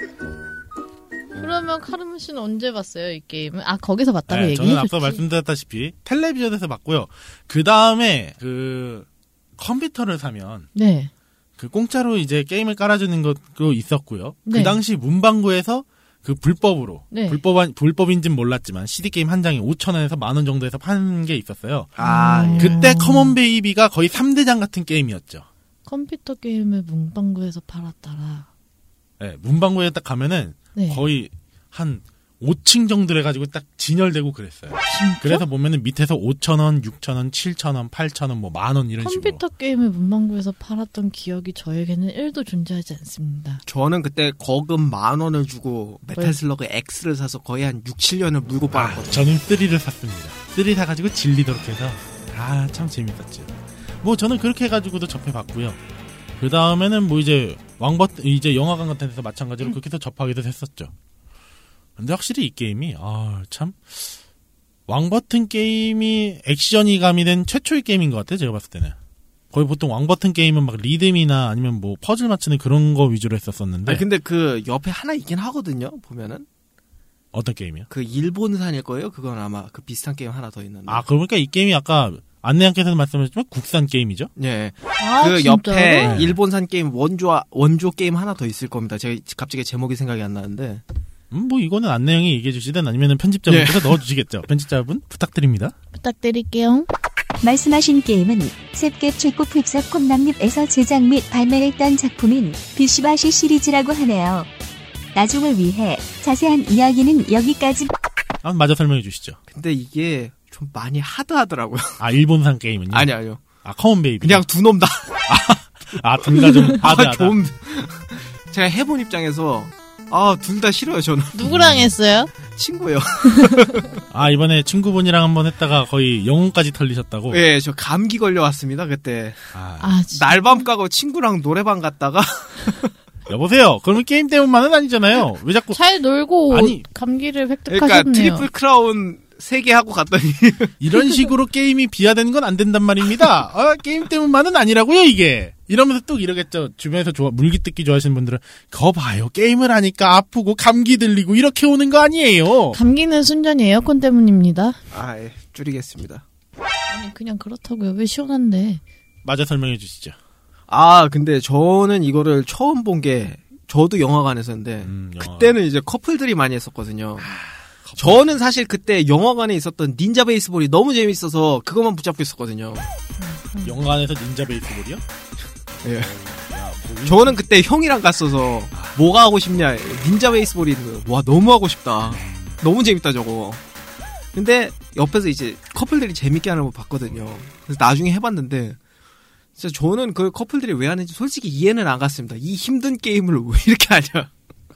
그러면 카르마 씨는 언제 봤어요, 이 게임은? 아, 거기서 봤다고 네, 얘기해 저는 줬지. 앞서 말씀드렸다시피 텔레비전에서 봤고요. 그 다음에 그 컴퓨터를 사면 네. 그 공짜로 이제 게임을 깔아주는 것도 있었고요. 네. 그 당시 문방구에서 그 불법으로 네. 불법 불법인진 몰랐지만 CD 게임 한 장에 5천 원에서 만 원 정도에서 판 게 있었어요. 아, 예. 그때 커먼 베이비가 거의 3대장 같은 게임이었죠. 컴퓨터 게임을 문방구에서 팔았더라. 예, 문방구에 딱 가면은 네. 거의 한 5층 정도 해가지고 딱 진열되고 그랬어요. 진짜? 그래서 보면은 밑에서 5천원, 6천원, 7천원, 8천원, 뭐 만원 이런 식으로. 컴퓨터 게임을 문방구에서 팔았던 기억이 저에게는 1도 존재하지 않습니다. 저는 그때 거금 만 원을 주고 메탈슬러그 X를 사서 거의 한 6, 7년을 물고 아, 빨았거든요. 저는 3를 샀습니다. 3 사가지고 질리도록 해서 아 참 재밌었죠. 뭐 저는 그렇게 해가지고도 접해봤고요. 그 다음에는 뭐 이제 왕버 이제 영화관 같은 데서 마찬가지로 그렇게 해서 접하기도 했었죠. 근데 확실히 이 게임이 아 참 왕버튼 게임이 액션이 가미된 최초의 게임인 것 같아요. 제가 봤을 때는 거의 보통 왕버튼 게임은 막 리듬이나 아니면 뭐 퍼즐 맞추는 그런 거 위주로 했었었는데 아니, 근데 그 옆에 하나 있긴 하거든요. 보면은 어떤 게임이요? 그 일본산일 거예요. 그건 아마 그 비슷한 게임 하나 더 있는데. 아 그러니까 이 게임이 아까 안내양께서 말씀하셨지만 국산 게임이죠. 예. 아, 그 진짜로? 옆에 네. 일본산 게임 원조 원조 게임 하나 더 있을 겁니다. 제가 갑자기 제목이 생각이 안 나는데. 음, 뭐 이거는 안내형이 얘기해 주시든 아니면 편집자분께서 네. 넣어주시겠죠. 편집자분 부탁드립니다. 부탁드릴게요. 말씀하신 게임은 셉게 최고 풀섭 콩남립에서 제작 및 발매했던 작품인 비시바시 시리즈라고 하네요. 나중을 위해 자세한 이야기는 여기까지 한번 마저 설명해 주시죠. 근데 이게 좀 많이 하드하더라고요. 아 일본산 게임은요? 아니 아니요. 아 커먼 베이비. 그냥 두 놈 다. 아 둘다 좀 아다 아다. 좀 제가 해본 입장에서 아 둘 다 싫어요. 저는 누구랑 했어요? 친구예요. 아 이번에 친구분이랑 한번 했다가 거의 영혼까지 털리셨다고. 예, 저 감기 걸려왔습니다. 그때 아, 아, 진짜. 날밤 까고 친구랑 노래방 갔다가 여보세요. 그러면 게임 때문만은 아니잖아요. 왜 자꾸 잘 놀고 아니. 감기를 뭐- 그러니까 획득하셨네요. 트리플 크라운 세 개 하고 갔더니 이런 식으로 게임이 비하되는 건 안 된단 말입니다. 아, 게임 때문만은 아니라고요, 이게. 이러면서 또 이러겠죠. 주변에서 좋아, 물기 뜯기 좋아하시는 분들은, 거 봐요. 게임을 하니까 아프고 감기 들리고 이렇게 오는 거 아니에요. 감기는 순전히 에어컨 때문입니다. 아, 예, 줄이겠습니다. 아니, 그냥 그렇다고요. 왜 시원한데? 맞아 설명해 주시죠. 아, 근데 저는 이거를 처음 본 게 저도 영화관에서인데 아, 음, 영화관. 그때는 이제 커플들이 많이 했었거든요. 저는 사실 그때 영화관에 있었던 닌자 베이스볼이 너무 재밌어서 그것만 붙잡고 있었거든요. 영화관에서 닌자 베이스볼이요? 예. 야, 뭐 이- 저는 그때 형이랑 갔어서 뭐가 하고 싶냐 닌자 베이스볼이 있는 거예요. 와 너무 하고 싶다. 너무 재밌다 저거. 근데 옆에서 이제 커플들이 재밌게 하는 거 봤거든요. 그래서 나중에 해봤는데 진짜 저는 그 커플들이 왜 하는지 솔직히 이해는 안 갔습니다. 이 힘든 게임을 왜 이렇게 하냐.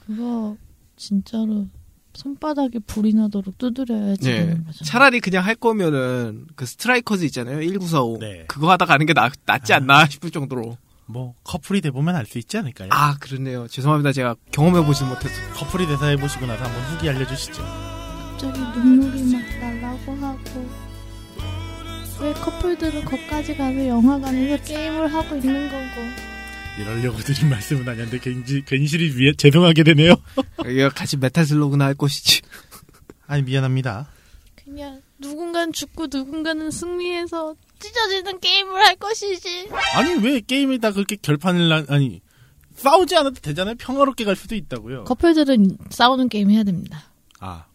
그거 진짜로 손바닥에 불이 나도록 두드려야지 예. 되는 거죠. 차라리 그냥 할 거면은 그 스트라이커즈 있잖아요. 1945. 네. 그거 하다 가는 게 나, 낫지 않나 싶을 정도로. 뭐 커플이 돼 보면 알 수 있지 않을까요? 아 그렇네요. 죄송합니다. 제가 경험해 보진 못해서. 커플이 돼서 해보시고 나서 한번 후기 알려주시죠. 갑자기 눈물이 막 날라고 하고 왜 커플들은 거기까지 가서 영화관에서 게임을 하고 있는 거고 이러려고 드린 말씀은 아니었는데 괜시, 괜시리 위해 죄송하게 되네요. 이거 같이 메탈슬로그나 할 것이지. 아니 미안합니다. 그냥 누군가는 죽고 누군가는 승리해서 찢어지는 게임을 할 것이지 아니 왜 게임을 다 그렇게 결판을 난 아니 싸우지 않아도 되잖아요. 평화롭게 갈 수도 있다고요. 커플들은 싸우는 게임 해야 됩니다 아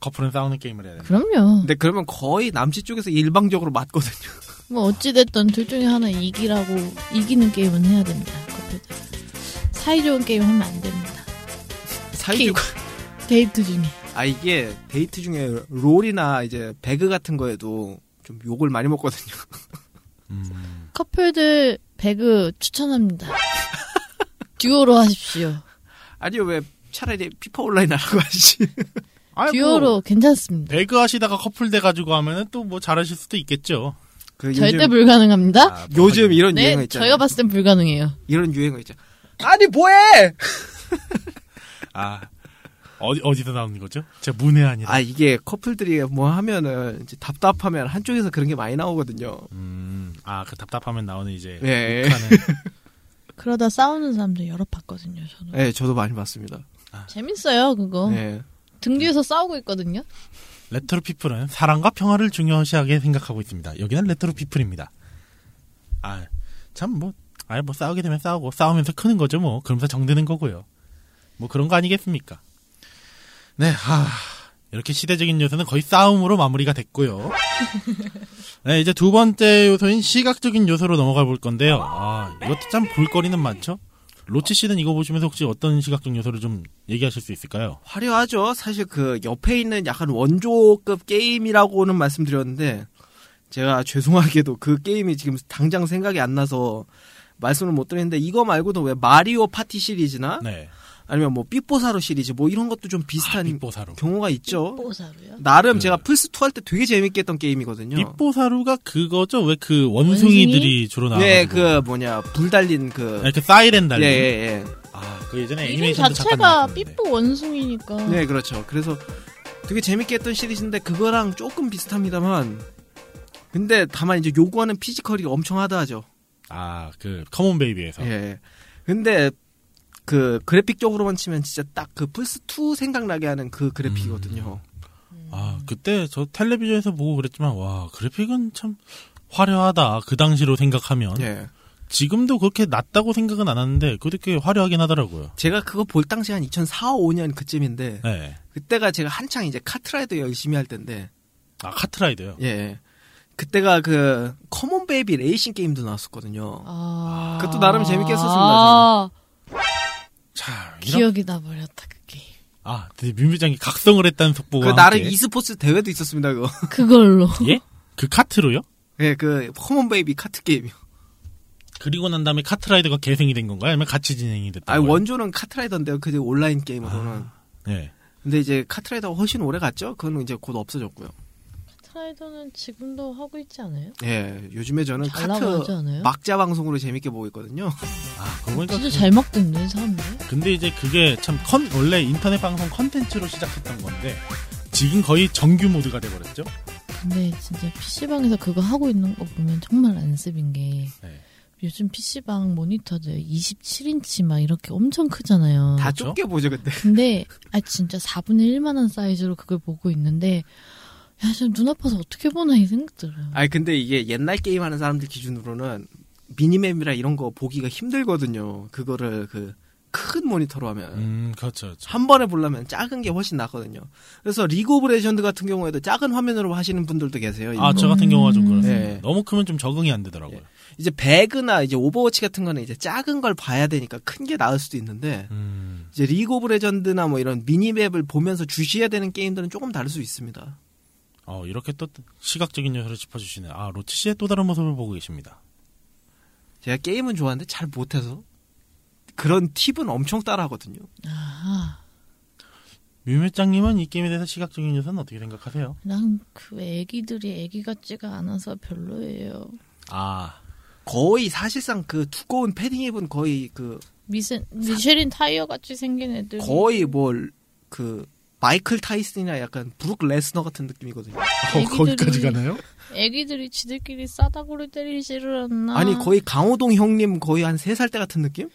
커플은 싸우는 게임을 해야 돼. 그럼요 근데 그러면 거의 남치 쪽에서 일방적으로 맞거든요. 뭐 어찌됐든 둘 중에 하나 이기라고 이기는 게임은 해야 됩니다 커플들 사이좋은 게임 하면 안 됩니다 사이즈가 데이트 중에 아 이게 데이트 중에 롤이나 이제 배그 같은 거에도 좀 욕을 많이 먹거든요. 음, 커플들 배그 추천합니다. 듀오로 하십시오. 아니요 왜 차라리 피파 온라인 하라고 하지. 아이고, 듀오로 괜찮습니다. 뭐 배그 하시다가 커플 돼 가지고 하면은 또 뭐 잘하실 수도 있겠죠. 그 요즘 절대 불가능합니다. 아, 요즘 이런 유행어 네, 있잖아요. 저희가 봤을 땐 불가능해요. 이런 유행어 있죠. 아니 뭐해? 아 어디 어디서 나오는 거죠? 제가 문외 아니라. 아 이게 커플들이 뭐 하면은 이제 답답하면 한쪽에서 그런 게 많이 나오거든요. 음, 아그 답답하면 나오는 이제. 예. 욱하는. 그러다 싸우는 사람들 여러 봤거든요. 저는 예, 저도 많이 봤습니다. 아. 재밌어요 그거. 네. 예. 등 뒤에서 싸우고 있거든요. 레트로 피플은 사랑과 평화를 중요시하게 생각하고 있습니다. 여기는 레트로 피플입니다. 아, 참 뭐, 아예 뭐 싸우게 되면 싸우고 싸우면서 크는 거죠 뭐. 그러면서 정드는 거고요. 뭐 그런 거 아니겠습니까? 네, 하. 이렇게 시대적인 요소는 거의 싸움으로 마무리가 됐고요. 네, 이제 두 번째 요소인 시각적인 요소로 넘어가 볼 건데요. 아, 이것도 참 볼거리는 많죠? 로치 씨는 이거 보시면서 혹시 어떤 시각적 요소를 좀 얘기하실 수 있을까요? 화려하죠. 사실 그 옆에 있는 약간 원조급 게임이라고는 말씀드렸는데 제가 죄송하게도 그 게임이 지금 당장 생각이 안 나서 말씀을 못 드렸는데 이거 말고도 왜 마리오 파티 시리즈나 네. 아, 아니면 뭐 삐뽀사로 시리즈 뭐 이런 것도 좀 아? 비슷한 빅보사로. 경우가 있죠. 뽀사로요. 나름 그- 제가 플스 2 할 때 되게 재밌게 했던 게임이거든요. 빗보사루가 그거죠? 왜 그 원숭이들이 주로 나와가지고 네, 예, 그 뭐냐 불 달린 그 이렇게 사이렌 예, 달린 예, 아, 그 예전에 이름 애니메이션도 잠깐 자체가 나왔었는데. 네. 삐뽀 원숭이니까. 예. 예, 그렇죠. 그래서 되게 재밌게 했던 시리즈인데 그거랑 조금 비슷합니다만 근데 다만 이제 요거는 피지컬이 엄청 하다하죠. 아, 그 커먼 베이비에서. 예. 근데 그 그래픽적으로만 치면 진짜 딱 그 플스 2 생각나게 하는 그 그래픽이거든요. 아, 그때 저 텔레비전에서 보고 그랬지만 와, 그래픽은 참 화려하다. 그 당시로 생각하면 예. 지금도 그렇게 낮다고 생각은 안 하는데 그렇게 화려하긴 하더라고요. 제가 그거 볼 당시 한 2004, 5년 그쯤인데 네. 그때가 제가 한창 이제 카트라이더 열심히 할 때인데 아, 카트라이더요. 예. 그때가 그 커먼 베이비 레이싱 게임도 나왔었거든요. 아. 그것도 나름 재밌게 했었습니다, 아, 자, 이런 기억이 나버렸다 그게. 아, 근데 민비장이 각성을 했다는 속보가 그 나름 함께. e스포츠 대회도 있었습니다. 그거. 그걸로. 예? 그 카트로요? 예, 그 커먼 베이비 카트 게임이요. 그리고 난 다음에 카트라이더가 계승이 된 건가요? 아니면 같이 진행이 됐다. 아, 원조는 카트라이더인데요. 그게 온라인 게임으로는. 예. 근데 이제 카트라이더가 훨씬 오래 갔죠. 그건 이제 곧 없어졌고요. 트라이더는 지금도 하고 있지 않아요? 예, 요즘에 저는 잘 나가지 카트 않아요? 막자 방송으로 재밌게 보고 있거든요. 아, 그거 보니까 진짜 잘 먹던데 사람들. 근데 이제 그게 참 컨, 원래 인터넷 방송 컨텐츠로 시작했던 건데 지금 거의 정규 모드가 돼버렸죠. 근데 진짜 PC방에서 그거 하고 있는 거 보면 정말 안습인 게 네. 요즘 PC방 모니터들 27인치 막 이렇게 엄청 크잖아요. 다 그렇죠? 좁게 보죠, 근데. 근데 아 진짜 4분의 1만한 사이즈로 그걸 보고 있는데 야, 지금 눈 아파서 어떻게 보나 이 생각 들어요. 아니, 근데 이게 옛날 게임 하는 사람들 기준으로는 미니맵이라 이런 거 보기가 힘들거든요. 그거를 그 큰 모니터로 하면. 음, 그렇죠. 그렇죠. 한 번에 보려면 작은 게 훨씬 낫거든요. 그래서 리그 오브 레전드 같은 경우에도 작은 화면으로 하시는 분들도 계세요. 아, 일부러. 저 같은 경우가 좀 그렇습니다. 예. 너무 크면 좀 적응이 안 되더라고요. 이제 배그나 이제 오버워치 같은 거는 이제 작은 걸 봐야 되니까 큰 게 나을 수도 있는데 음, 이제 리그 오브 레전드나 뭐 이런 미니맵을 보면서 주시해야 되는 게임들은 조금 다를 수 있습니다. 어, 이렇게 또 시각적인 요소를 짚어주시네. 아, 로치 씨의 또 다른 모습을 보고 계십니다. 제가 게임은 좋아하는데 잘 못해서 그런 팁은 엄청 따라하거든요. 아, 뮤묘장님은 이 게임에 대해서 시각적인 요소는 어떻게 생각하세요? 난 그 애기들이 애기 같지가 않아서 별로예요. 아, 거의 사실상 그 두꺼운 패딩 입은 거의 그 미세, 미쉐린 타이어 같이 생긴 애들. 거의 뭘 그 마이클 타이슨이나 약간 브룩 레스너 같은 느낌이거든요. 애기들이- 어, 거기까지 가나요? 애기들이 지들끼리 싸다구를 때리지를 않나. 아니 거의 강호동 형님 거의 한 세 살 때 같은 느낌?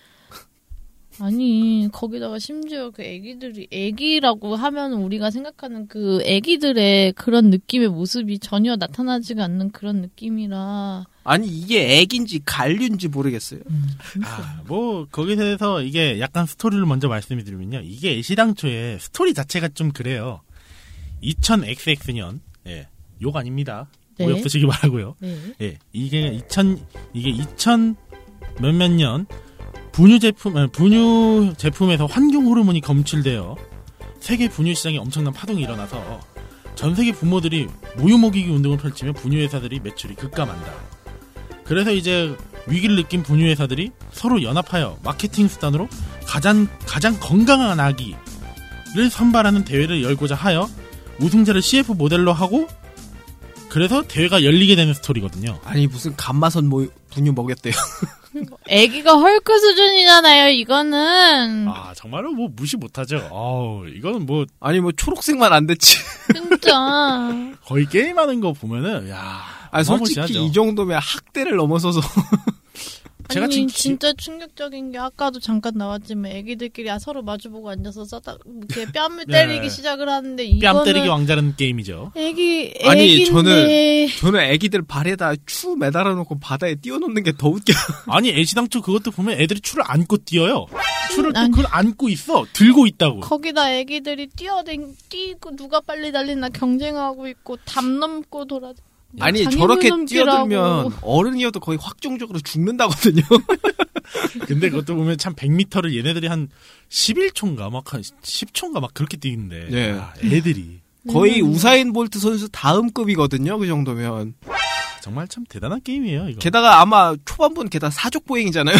아니 거기다가 심지어 그 애기들이 애기라고 하면 우리가 생각하는 그 애기들의 그런 느낌의 모습이 전혀 나타나지가 않는 그런 느낌이라 아니 이게 애기인지 갈류인지 모르겠어요. 아, 뭐 거기에 대해서 이게 약간 스토리를 먼저 말씀드리면요. 이게 시당초에 스토리 자체가 좀 그래요. 2000XX년 예. 욕 아닙니다. 네. 오해 없으시기 바라고요. 네. 예. 이게 2000 이게 2000 몇몇 년 분유 제품 아니, 분유 제품에서 환경 호르몬이 검출되어 세계 분유 시장에 엄청난 파동이 일어나서 전 세계 부모들이 모유 먹이기 운동을 펼치며 분유 회사들이 매출이 급감한다. 그래서 이제 위기를 느낀 분유 회사들이 서로 연합하여 마케팅 수단으로 가장 가장 건강한 아기를 선발하는 대회를 열고자 하여 우승자를 CF 모델로 하고 그래서 대회가 열리게 되는 스토리거든요. 아니 무슨 감마선 뭐, 모 분유 먹였대요. 애기가 헐크 수준이잖아요 이거는 아 정말로 뭐 무시 못하죠. 아우 이거는 뭐 아니 뭐 초록색만 안 됐지. 진짜. 거의 게임하는 거 보면은 야. 아니 솔직히 어마무시하죠. 이 정도면 학대를 넘어서서 제가 아니 지금 기- 진짜 충격적인 게 아까도 잠깐 나왔지만 애기들끼리 아, 서로 마주보고 앉아서 싸다 이렇게 뺨을 네. 때리기 시작을 하는데 이거는 뺨 때리기 왕자라는 게임이죠. 애기 애기인데 아니, 저는- 저는 애기들 발에다 추 매달아 놓고 바다에 띄워놓는 게 더 웃겨. 아니 애시당초 그것도 보면 애들이 추를 안고 뛰어요. 추를 또 아니. 그걸 안고 있어. 들고 있다고. 거기다 애기들이 뛰어댕 뛰고 누가 빨리 달리나 경쟁하고 있고 담 넘고 돌아 네. 아니 장애물 저렇게 넘기라고. 뛰어들면 어른이어도 거의 확정적으로 죽는다거든요. 근데 그것도 보면 참 100m를 얘네들이 한 11초인가 막 한 10초인가 막 그렇게 뛰는데 네. 야, 애들이 거의 우사인 볼트 선수 다음 급이거든요. 그 정도면. 정말 참 대단한 게임이에요. 이거. 게다가 아마 초반부는 게다 사족 보행이잖아요.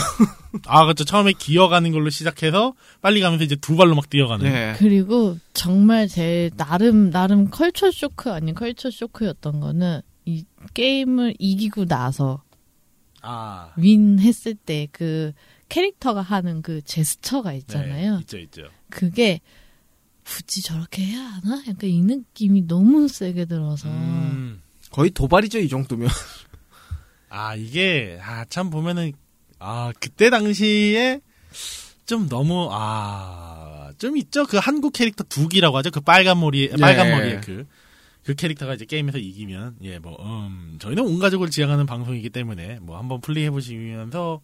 아 그렇죠. 처음에 기어가는 걸로 시작해서 빨리 가면서 이제 두 발로 막 뛰어가는. 네. 그리고 정말 제 나름 나름 컬처 쇼크 아닌 컬처 쇼크였던 거는 이 게임을 이기고 나서 아 윈 했을 때 그 캐릭터가 하는 그 제스처가 있잖아요. 네, 있죠 있죠. 그게 굳이 저렇게 해야 하나? 약간 이 느낌이 너무 세게 들어서 음. 거의 도발이죠 이 정도면. 아 이게 아 참 보면은 아 그때 당시에 좀 너무 아 좀 있죠 그 한국 캐릭터 두기라고 하죠 그 빨간 머리 빨간 예. 머리의 그 그 캐릭터가 이제 게임에서 이기면 예 뭐 음 저희는 온 가족을 지향하는 방송이기 때문에 뭐 한번 플레이해 보시면서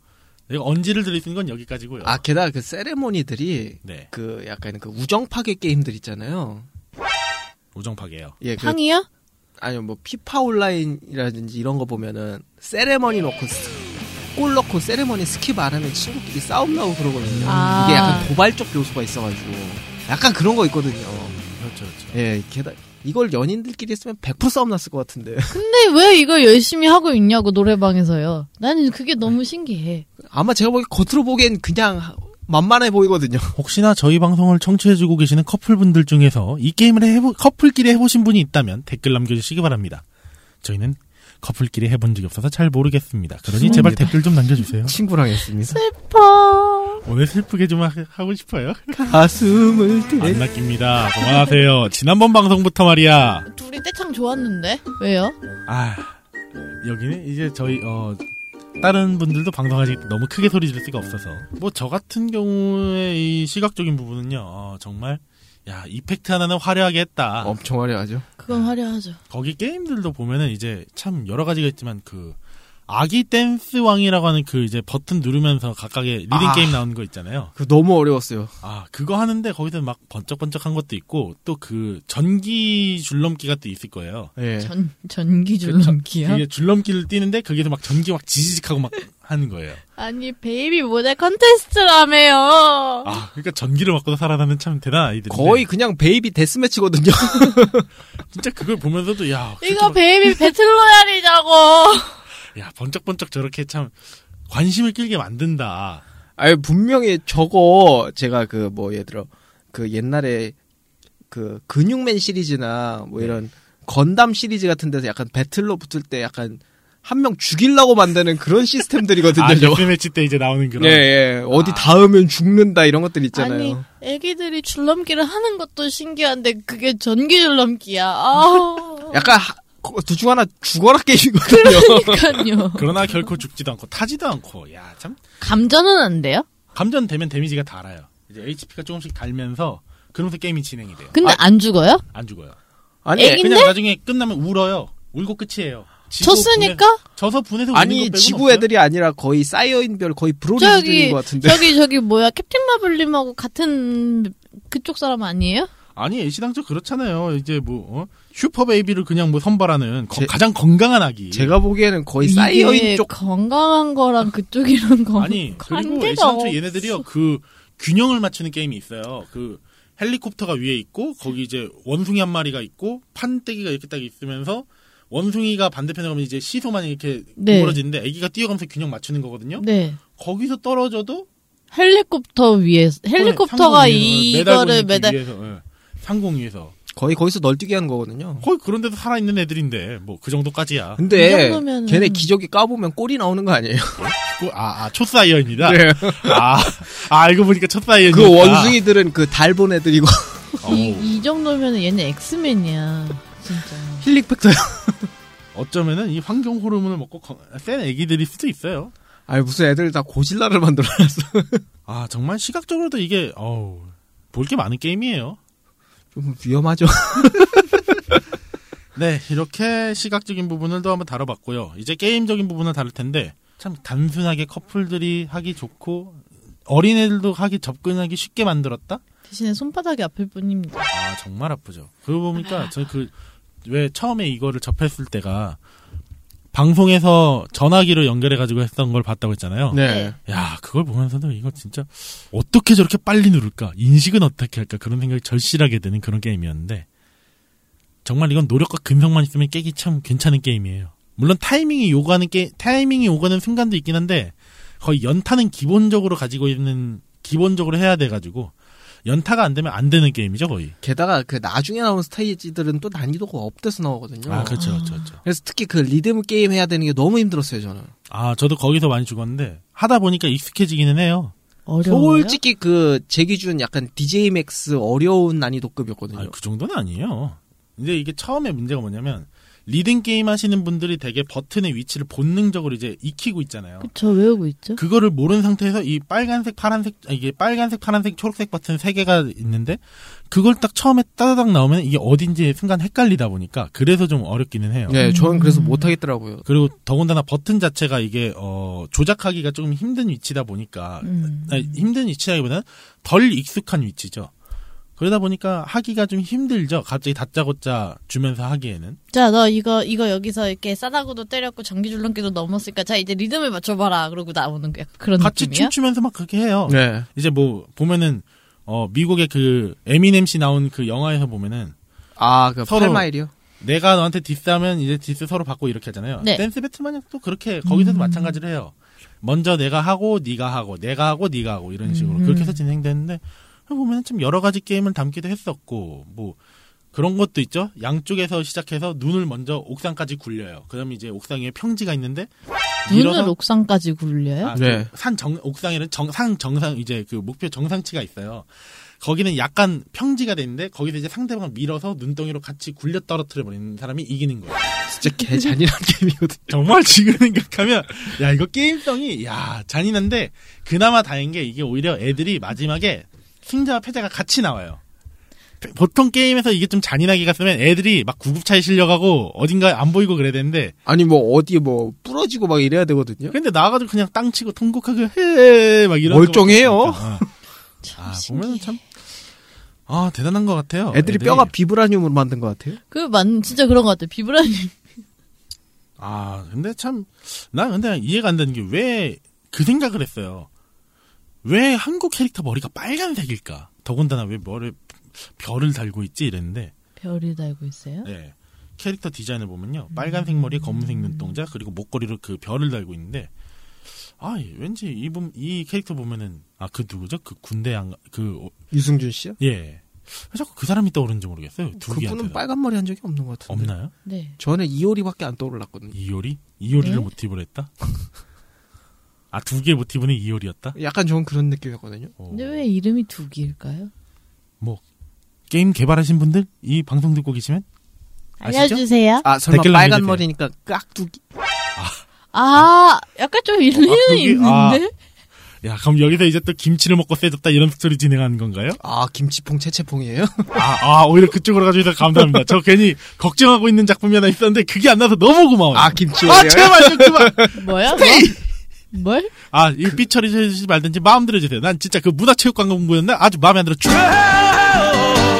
내가 언지를 드릴 수 있는 건 여기까지고요. 아 게다가 그 세레모니들이 그렇죠. 네 그 약간 그 우정 파괴 게임들 있잖아요. 우정파괴요. 예, 그 향이야? 아니요 뭐 피파 온라인이라든지 이런 거 보면은 세레머니 넣고 스- 골 넣고 세레머니 스킵 안 하면 친구끼리 싸움 나고 그러거든요. 아. 이게 약간 도발적 요소가 있어가지고 약간 그런 거 있거든요. 그렇죠 그렇죠. 예, 게다 이걸 연인들끼리 했으면 100% 싸움 났을 것 같은데 근데 왜 이걸 열심히 하고 있냐고 노래방에서요. 나는 그게 네. 너무 신기해. 아마 제가 보기 겉으로 보기엔 그냥 만만해 보이거든요. 혹시나 저희 방송을 청취해주고 계시는 커플분들 중에서 이 게임을 해보, 커플끼리 해보신 분이 있다면 댓글 남겨주시기 바랍니다. 저희는 커플끼리 해본 적이 없어서 잘 모르겠습니다. 그러니 제발 댓글 좀 남겨주세요. 친구랑 했습니다. 슬퍼. 오늘 슬프게 좀 하, 하고 싶어요. 네. 가슴을 안 떼. 낚입니다. 그만하세요. 지난번 방송부터 말이야. 둘이 떼창 좋았는데 왜요? 아, 여기는 이제 저희, 어, 다른 분들도 방송하실 때 너무 크게 소리 지를 수가 없어서. 뭐 저 같은 경우에 이 시각적인 부분은요, 어, 정말, 야, 이펙트 하나는 화려하게 했다. 엄청 화려하죠. 그건 화려하죠. 거기 게임들도 보면은 이제 참 여러 가지가 있지만 그 아기 댄스 왕이라고 하는 그 이제 버튼 누르면서 각각의 리딩 아. 게임 나오는 거 있잖아요. 그 너무 어려웠어요. 아 그거 하는데 거기서 막 번쩍번쩍한 것도 있고 또 그 전기 줄넘기가 또 있을 거예요. 예. 전 전기 줄넘기야. 이게 줄넘기를 뛰는데 거기서 막 전기 막 지지직하고 막 하는 거예요. 아니 베이비 모델 컨테스트라며요. 아 그러니까 전기를 맞고도 살아남는 참 대단한 아이들. 어? 거의 그냥 베이비 데스매치거든요. 진짜 그걸 보면서도 야 이거 베이비 배틀로얄이자고. 야 번쩍번쩍 저렇게 참 관심을 끌게 만든다. 아니 분명히 저거 제가 그 뭐 예를 들어 그 옛날에 그 근육맨 시리즈나 네. 뭐 이런 건담 시리즈 같은 데서 약간 배틀로 붙을 때 약간 한 명 죽이려고 만드는 그런 시스템들이거든요. 아 저거. 데스매치 때 이제 나오는 그런. 아. 예, 예. 어디 닿으면 죽는다 이런 것들 있잖아요. 아니 애기들이 줄넘기를 하는 것도 신기한데 그게 전기 줄넘기야. 아. 약간 하- 그거 둘중 하나 죽어라 게임이거든요. 그러니까요. 그러나 결코 죽지도 않고 타지도 않고 야 참 감전은 안 돼요? 감전되면 데미지가 달아요. 이제 HP가 조금씩 달면서 그러면서 게임이 진행이 돼요. 아, 근데 안 죽어요? 안 죽어요. 아니 애기- 그냥 근데? 나중에 끝나면 울어요. 울고 끝이에요. 지고 졌으니까? 분해- 져서 분해서 우는 거 아니 빼고는 지구 없어요? 애들이 아니라 거의 사이어인 별 거의 저기 브로리즈인 것 같은데. 저기 저기 뭐야 캡틴 마블님하고 같은 그쪽 사람 아니에요? 아니 애시당초 그렇잖아요. 이제 뭐 어? 슈퍼 베이비를 그냥 뭐 선발하는 거- 제- 가장 건강한 아기. 제가 보기에는 거의 사이어인 이게 쪽 건강한 거랑 그쪽이랑 건 아니 그리고 관계가 애시당초 없어. 얘네들이요 그 균형을 맞추는 게임이 있어요. 그 헬리콥터가 위에 있고 거기 이제 원숭이 한 마리가 있고 판때기가 이렇게 딱 있으면서 원숭이가 반대편에 가면 이제 시소만 이렇게 네. 구부러지는데 아기가 뛰어가면서 균형 맞추는 거거든요. 네. 거기서 떨어져도 헬리콥터 위에 헬리콥터가 상공 위에서, 네, 매달고 이거를 있는 그 매달 위에서, 예. 상공 위에서 거의 거기서 널뛰게 하는 거거든요. 거의 그런 데도 살아있는 애들인데 뭐 그 정도까지야. 근데 이 정도면은- 걔네 기저귀 까보면 꼴이 나오는 거 아니에요? 그- 아, 아 초사이언이다. 네. 아, 아 알고 보니까 초사이언. 그 원숭이들은 그 달본 애들이고 이, 이 정도면 얘는 엑스맨이야. 진짜. 힐링 팩터요. 어쩌면은 이 환경 호르몬을 먹고 건- 센 애기들일 수도 있어요. 아니 무슨 애들 다 고질라를 만들어놨어. 아 정말 시각적으로도 이게 어우 볼 게 많은 게임이에요. 좀 위험하죠. 네 이렇게 시각적인 부분을 또 한번 다뤄봤고요. 이제 게임적인 부분은 다를 텐데 참 단순하게 커플들이 하기 좋고 어린애들도 하기 접근하기 쉽게 만들었다. 대신에 손바닥이 아플 뿐입니다. 아 정말 아프죠. 그러고 보니까 저 그 왜 처음에 이거를 접했을 때가 방송에서 전화기로 연결해 가지고 했던 걸 봤다고 했잖아요. 네. 야, 그걸 보면서도 이거 진짜 어떻게 저렇게 빨리 누를까? 인식은 어떻게 할까? 그런 생각이 절실하게 드는 그런 게임이었는데 정말 이건 노력과 근성만 있으면 깨기 참 괜찮은 게임이에요. 물론 타이밍이 요구하는 게 타이밍이 오가는 순간도 있긴 한데 거의 연타는 기본적으로 가지고 있는 기본적으로 해야 돼 가지고 연타가 안 되면 안 되는 게임이죠, 거의. 게다가 그 나중에 나온 스테이지들은 또 난이도가 업돼서 나오거든요. 아, 그렇죠. 그렇죠. 그렇죠. 그래서 특히 그 리듬 게임 해야 되는 게 너무 힘들었어요 저는. 아, 저도 거기서 많이 죽었는데 하다 보니까 익숙해지기는 해요. 어려워요. 솔직히 그 제 기준 약간 DJ Max 어려운 난이도급이었거든요. 아니, 그 정도는 아니에요. 근데 이게 처음에 문제가 뭐냐면 리듬 게임 하시는 분들이 되게 버튼의 위치를 본능적으로 이제 익히고 있잖아요. 그쵸, 외우고 있죠? 그거를 모르는 상태에서 이 빨간색, 파란색, 아, 이게 빨간색, 파란색, 초록색 버튼 세 개가 있는데 그걸 딱 처음에 따다닥 나오면 이게 어딘지 순간 헷갈리다 보니까 그래서 좀 어렵기는 해요. 네, 저는 그래서 못 하겠더라고요. 그리고 더군다나 버튼 자체가 이게 어, 조작하기가 조금 힘든 위치다 보니까 음. 아니, 힘든 위치라기보다는 덜 익숙한 위치죠. 그러다 보니까 하기가 좀 힘들죠. 갑자기 다짜고짜 주면서 하기에는. 자, 너 이거, 이거 여기서 이렇게 싸다구도 때렸고, 전기줄넘기도 넘었으니까, 자, 이제 리듬을 맞춰봐라. 그러고 나오는 거야. 그런 같이 느낌이야? 춤추면서 막 그렇게 해요. 네. 이제 뭐 보면은 어 미국의 그 에미넴 씨 나온 그 영화에서 보면은 아, 그 서로- 8마일이요? 내가 너한테 디스하면 이제 디스 서로 받고 이렇게 하잖아요. 네. 음. 댄스 배틀만 또 그렇게 거기서도 마찬가지로 해요. 먼저 내가 하고 네가 하고 내가 하고 네가 하고 이런 식으로 음. 그렇게 해서 진행되는데 보면 참 여러 가지 게임을 담기도 했었고 뭐 그런 것도 있죠. 양쪽에서 시작해서 눈을 먼저 옥상까지 굴려요. 그럼 이제 옥상 위에 평지가 있는데 눈을 밀어서- 옥상까지 굴려요? 아, 네. 그산 정, 옥상에는 정, 상 정상 이제 그 목표 정상치가 있어요. 거기는 약간 평지가 되는데 거기서 이제 상대방을 밀어서 눈덩이로 같이 굴려 떨어뜨려 버리는 사람이 이기는 거예요. 진짜 개 잔인한 게임이거든요. 정말 지금 생각하면 야 이거 게임성이 야 잔인한데 그나마 다행인 게 이게 오히려 애들이 마지막에 승자와 패자가 같이 나와요. 보통 게임에서 이게 좀 잔인하게 갔으면 애들이 막 구급차에 실려가고 어딘가 안 보이고 그래야 되는데 아니, 뭐, 어디 뭐, 부러지고 막 이래야 되거든요. 근데 나와가지고 그냥 땅 치고 통곡하게 해막 이런 멀쩡해요. 참 아, 신기해. 보면 참. 아, 대단한 것 같아요. 애들이 뼈가 비브라늄으로 만든 것 같아요. 그, 만, 진짜 그런 것 같아. 비브라늄. 아, 근데 참, 난 근데 이해가 안 되는 게 왜 그 생각을 했어요. 왜 한국 캐릭터 머리가 빨간색일까? 더군다나 왜 머리 별을 달고 있지? 이랬는데, 별이 달고 있어요? 네. 캐릭터 디자인을 보면요. 빨간색 머리에 검은색 눈동자, 그리고 목걸이로 그 별을 달고 있는데, 아, 왠지 이, 분- 이 캐릭터 보면은, 아, 그 누구죠? 그 군대 양, 그, 어, 유승준 씨요? 예. 왜 자꾸 그 사람이 떠오르는지 모르겠어요. 두 개한테. 그분은 빨간 머리 한 적이 없는 것 같은데. 없나요? 네. 저는 이효리밖에 안 떠올랐거든요. 이효리? 이효리를 네? 모티브로 했다? 아, 두 개의 모티브는 이효리였다? 약간 저는 그런 느낌이었거든요. 어. 근데 왜 이름이 두 개일까요? 뭐, 게임 개발하신 분들? 이 방송 듣고 계시면? 아시죠? 알려주세요. 아, 설마 댓글 빨간 남겨주세요. 머리니까 깍두기. 아, 약간 좀 일리는 아, 그게- 아. 있는데? 야, 그럼 여기서 이제 또 김치를 먹고 세졌다 이런 스토리 진행하는 건가요? 아, 김치퐁, 채채퐁이에요? 아, 아, 오히려 그쪽으로 가주셔서 감사합니다. 저 괜히 걱정하고 있는 작품이 하나 있었는데 그게 안 나서 너무 고마워요. 아, 김치. 아, 제발 좀 그만! 뭐야? 뭐? 뭘? 아, 이 삐처리 해주시지 말든지 마음대로 해주세요. 난 진짜 그 문화체육관 공부였나? 아주 마음에 안 들어. 죽-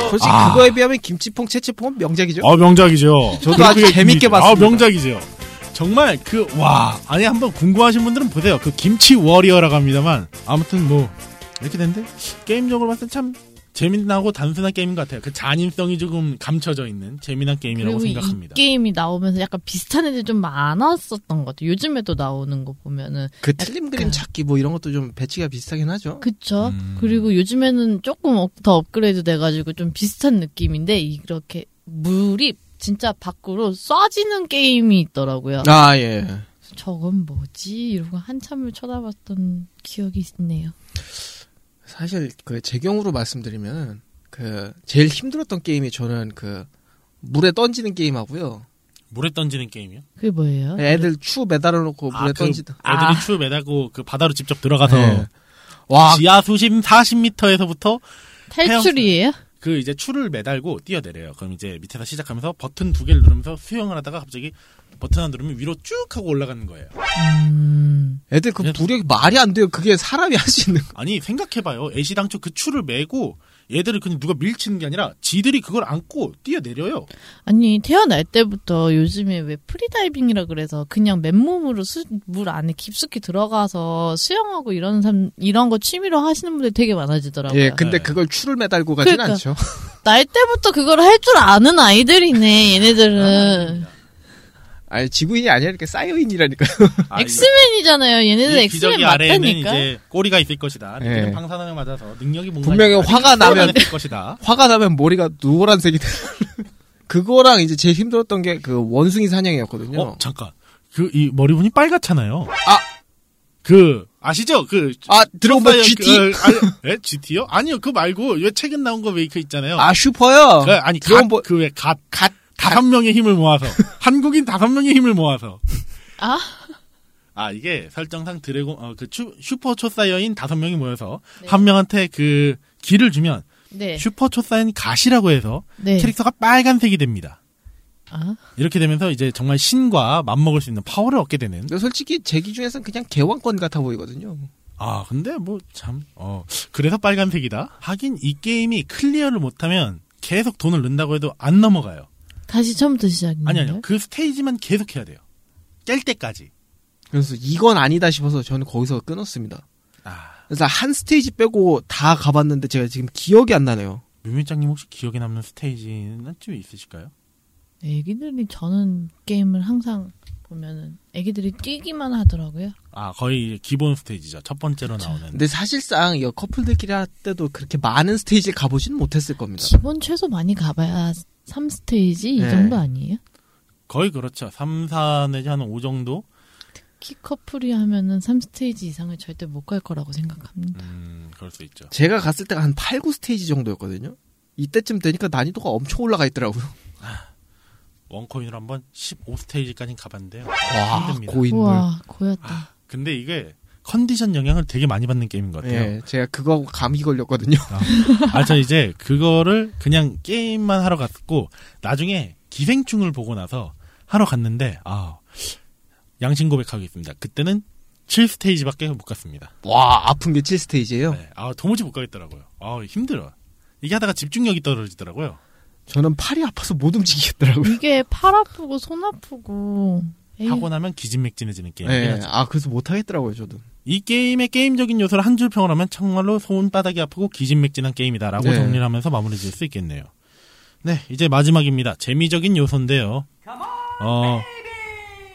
솔직히 아. 그거에 비하면 김치퐁, 채채퐁은 명작이죠? 아 명작이죠. 예? 저도 아주 그게 재밌게 아, 봤습니다. 명작이죠. 정말 그 와 아니 한번 궁금하신 분들은 보세요. 그 김치 워리어라고 합니다만 아무튼 뭐 이렇게 된데 게임적으로 봤을 때 참 재미나고 단순한 게임인 것 같아요. 그 잔인성이 조금 감춰져 있는 재미난 게임이라고 그리고 생각합니다. 이 게임이 나오면서 약간 비슷한 애들이 좀 많았었던 것 같아요. 요즘에도 나오는 거 보면은 그 틀림 아. 그림 찾기 뭐 이런 것도 좀 배치가 비슷하긴 하죠. 그쵸. 음. 그리고 요즘에는 조금 업- 더 업그레이드 돼가지고 좀 비슷한 느낌인데 이렇게 물이 진짜 밖으로 쏴지는 게임이 있더라고요. 아 예. 음. 저건 뭐지? 이러고 한참을 쳐다봤던 기억이 있네요. 사실 그 제 경우로 말씀드리면 그 제일 힘들었던 게임이 저는 그 물에 던지는 게임하고요. 물에 던지는 게임이요? 그게 뭐예요? 네, 애들 추 매달아 놓고 물에 아, 그 던지다. 애들이 추 매달고 그 바다로 직접 들어가서 네. 와, 예. 지하 수심 40m에서부터 탈출이에요? 그 이제 추를 매달고 뛰어내려요. 그럼 이제 밑에서 시작하면서 버튼 두 개를 누르면서 수영을 하다가 갑자기 버튼 하나 누르면 위로 쭉 하고 올라가는 거예요. 음, 애들 그 그냥- 무력이 말이 안 돼요. 그게 사람이 할 수 있는 거. 아니 생각해봐요. 애시 당초 그 추를 매고 얘들을 그냥 누가 밀치는 게 아니라 지들이 그걸 안고 뛰어내려요. 아니 태어날 때부터 요즘에 왜 프리다이빙이라 그래서 그냥 맨몸으로 수- 물 안에 깊숙이 들어가서 수영하고 이런 삶 이런 거 취미로 하시는 분들 되게 많아지더라고요. 예, 근데 네. 그걸 추를 매달고 가진 그러니까. 않죠. 날 때부터 그걸 할 줄 아는 아이들이네 얘네들은 아니 지구인이 아니라 이렇게 사이오인이라니까. 아, 이- 엑스맨이잖아요 얘네는 이 엑스맨 기저귀 아래에는 맞다니까 이제 꼬리가 있을 것이다. 예. 그냥 방사능을 맞아서 능력이 뭔가 분명히 있다. 화가 나면- 될 것이다. 화가 나면 머리가 노란색이 돼. 그거랑 이제 제일 힘들었던 게 그 원숭이 사냥이었거든요. 어 잠깐 그 이 머리분이 빨갛잖아요. 아! 그 아시죠? 그 아 드래곤볼 파이어 GT 그, 아니, 에? GT요? 아니요 그 말고 왜 최근 나온 거 왜 그 있잖아요. 아 슈퍼요. 그, 아니 드래곤볼 갓그왜갓 갓 다섯 명의 힘을 모아서 한국인 다섯 명의 힘을 모아서 아. 아, 이게 설정상 드래곤 어그 슈퍼 초사이어인 다섯 명이 모여서 한 명한테 그 기를 주면 네, 슈퍼 초사이어인 갓이라고 해서 네. 캐릭터가 빨간색이 됩니다. 아, 이렇게 되면서 이제 정말 신과 맞먹을 수 있는 파워를 얻게 되는 근데 솔직히 제 기준에선 그냥 개왕권 같아 보이거든요. 아 근데 뭐 참 어 그래서 빨간색이다 하긴 이 게임이 클리어를 못하면 계속 돈을 넣는다고 해도 안 넘어가요 다시 처음부터 네. 시작인가요? 아니 아니요 그 스테이지만 계속 해야 돼요 깰 때까지 그래서 이건 아니다 싶어서 저는 거기서 끊었습니다. 아 그래서 한 스테이지 빼고 다 가봤는데 제가 지금 기억이 안 나네요. 묘미짱님 혹시 기억에 남는 스테이지는 좀 있으실까요? 네, 애기들이 저는 게임을 항상 보면은 애기들이 뛰기만 하더라고요. 아 거의 기본 스테이지죠 첫 번째로 나오는 근데 사실상 이 커플들끼리 할 때도 그렇게 많은 스테이지를 가보지는 못했을 겁니다. 기본 최소 많이 가봐야 3스테이지 이 네. 정도 아니에요? 거의 그렇죠 3, 4 내지 한 5 정도 키 커플이 하면은 3스테이지 이상을 절대 못 갈 거라고 생각합니다. 음 그럴 수 있죠 제가 갔을 때가 한 8, 9스테이지 정도였거든요. 이때쯤 되니까 난이도가 엄청 올라가 있더라고요. 원코인으로 한번 15 스테이지까지 가봤는데요 와, 힘듭니다. 아, 고인물. 우와, 고였다. 근데 이게 컨디션 영향을 되게 많이 받는 게임인 것 같아요 예, 제가 그거하고 감기 걸렸거든요. 아, 저 이제 그거를 그냥 게임만 하러 갔고, 나중에 기생충을 보고 나서 하러 갔는데, 아, 양심 고백하겠습니다. 그때는 7스테이지밖에 못 갔습니다. 와, 아픈 게 7스테이지예요. 네, 아, 도무지 못 가겠더라고요. 아, 힘들어. 이게 하다가 집중력이 떨어지더라고요. 저는 팔이 아파서 못 움직이겠더라고요. 이게 팔 아프고 손 아프고 에이, 하고 나면 기진맥진해지는 게임. 예, 네. 아, 그래서 못 하겠더라고요, 저도. 이 게임의 게임적인 요소를 한 줄 평을하면 정말로 손바닥이 아프고 기진맥진한 게임이다라고 네. 정리를 하면서 마무리 지을 수 있겠네요. 네, 이제 마지막입니다. 재미적인 요소인데요. 어,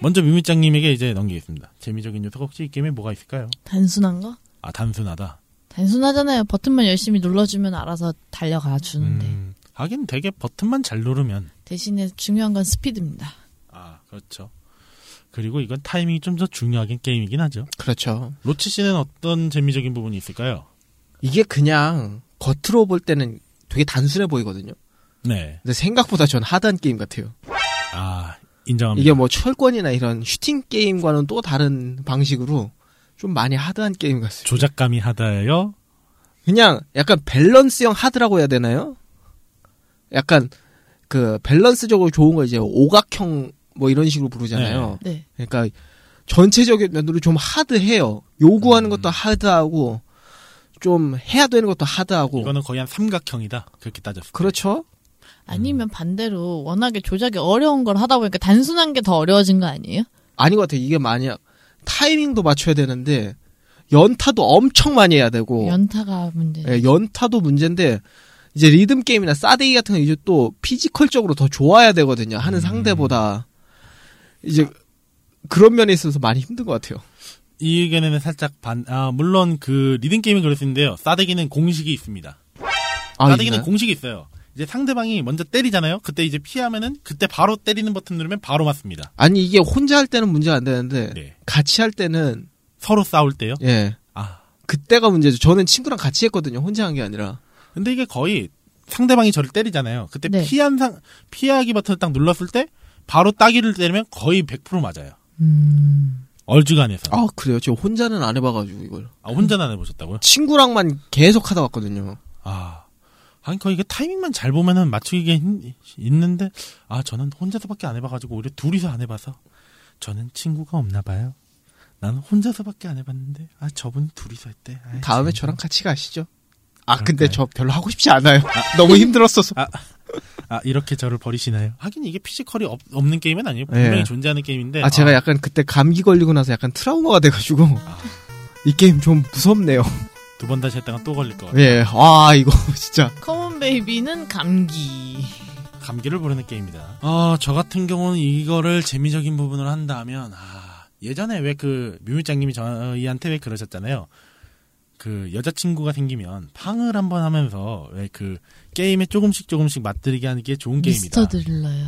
먼저 미미짱님에게 이제 넘기겠습니다. 재미적인 요소가 혹시 이 게임에 뭐가 있을까요? 단순한 거? 아, 단순하다. 단순하잖아요. 버튼만 열심히 눌러주면 알아서 달려가 주는데 음, 하긴 되게 버튼만 잘 누르면. 대신에 중요한 건 스피드입니다. 아, 그렇죠. 그리고 이건 타이밍이 좀 더 중요하긴 게임이긴 하죠. 그렇죠. 로치 씨는 어떤 재미적인 부분이 있을까요? 이게 그냥 겉으로 볼 때는 되게 단순해 보이거든요. 네. 근데 생각보다 전 하단 게임 같아요. 아, 인정합니다. 이게 뭐 철권이나 이런 슈팅 게임과는 또 다른 방식으로 좀 많이 하드한 게임 같습니다. 조작감이 하다예요. 그냥 약간 밸런스형 하드라고 해야 되나요? 약간 그 밸런스적으로 좋은 걸 이제 오각형 뭐 이런 식으로 부르잖아요. 네. 그러니까 전체적인 면으로 좀 하드해요. 요구하는 것도 하드하고 좀 해야 되는 것도 하드하고. 이거는 거의 한 삼각형이다. 그렇게 따졌을 때. 그렇죠? 음. 아니면 반대로 워낙에 조작이 어려운 걸 하다 보니까 단순한 게 더 어려워진 거 아니에요? 아닌 것 같아요. 이게 만약 타이밍도 맞춰야 되는데 연타도 엄청 많이 해야 되고 뭐. 연타가 문제. 네. 예, 연타도 문제인데 이제 리듬 게임이나 싸데이 같은 건 이제 또 피지컬적으로 더 좋아야 되거든요. 음. 하는 상대보다 이제 그런 면에 있어서 많이 힘든 것 같아요. 이 의견에는 살짝 반, 아, 물론 그 리듬 게임은 그럴 수 있는데요. 싸대기는 공식이 있습니다. 아, 싸대기는 있나요? 공식이 있어요. 이제 상대방이 먼저 때리잖아요. 그때 이제 피하면은 그때 바로 때리는 버튼 누르면 바로 맞습니다. 아니 이게 혼자 할 때는 문제가 안 되는데 네. 같이 할 때는 서로 싸울 때요. 예 아. 그때가 문제죠. 저는 친구랑 같이 했거든요. 혼자 한 게 아니라 근데 이게 거의 상대방이 저를 때리잖아요. 그때 네. 피한 상, 피하기 버튼을 딱 눌렀을 때 바로 따기를 때리면 거의 100% 맞아요. 음. 얼주간에서. 아 그래요. 저 혼자는 안 해봐가지고 이걸 아, 혼자는 안 해보셨다고요? 친구랑만 계속 하다 왔거든요. 아. 아니, 거 이게 타이밍만 잘 보면은 맞추기가 힘- 있는데, 아, 저는 혼자서밖에 안 해봐가지고, 오히려 둘이서 안 해봐서, 저는 친구가 없나 봐요. 나는 혼자서밖에 안 해봤는데, 아, 저분 둘이서 했대. 아이, 다음에 재밌네. 저랑 같이 가시죠. 아 그럴까요? 근데 저 별로 하고 싶지 않아요. 너무 힘들었어서. 아, 이렇게 저를 버리시나요? 하긴 이게 피지컬이 없, 는 게임은 아니에요. 분명히 예. 존재하는 게임인데. 아 제가 약간 그때 감기 걸리고 나서 약간 트라우마가 돼가지고 이 게임 좀 무섭네요. 두 번 다시 했다가 또 걸릴 것 같아요. 예, 아 이거 진짜 커먼 베이비는 감기. 감기를 부르는 게임이다. 어, 저 같은 경우는 이거를 재미적인 부분을 한다면, 아, 예전에 왜 그 뮤미짱님이 저희한테 왜 그러셨잖아요. 그 여자친구가 생기면 팡을 한번 하면서 왜 그 게임에 조금씩 조금씩 맞들이게 하는 게 좋은 게임이다. 미스터 들러요.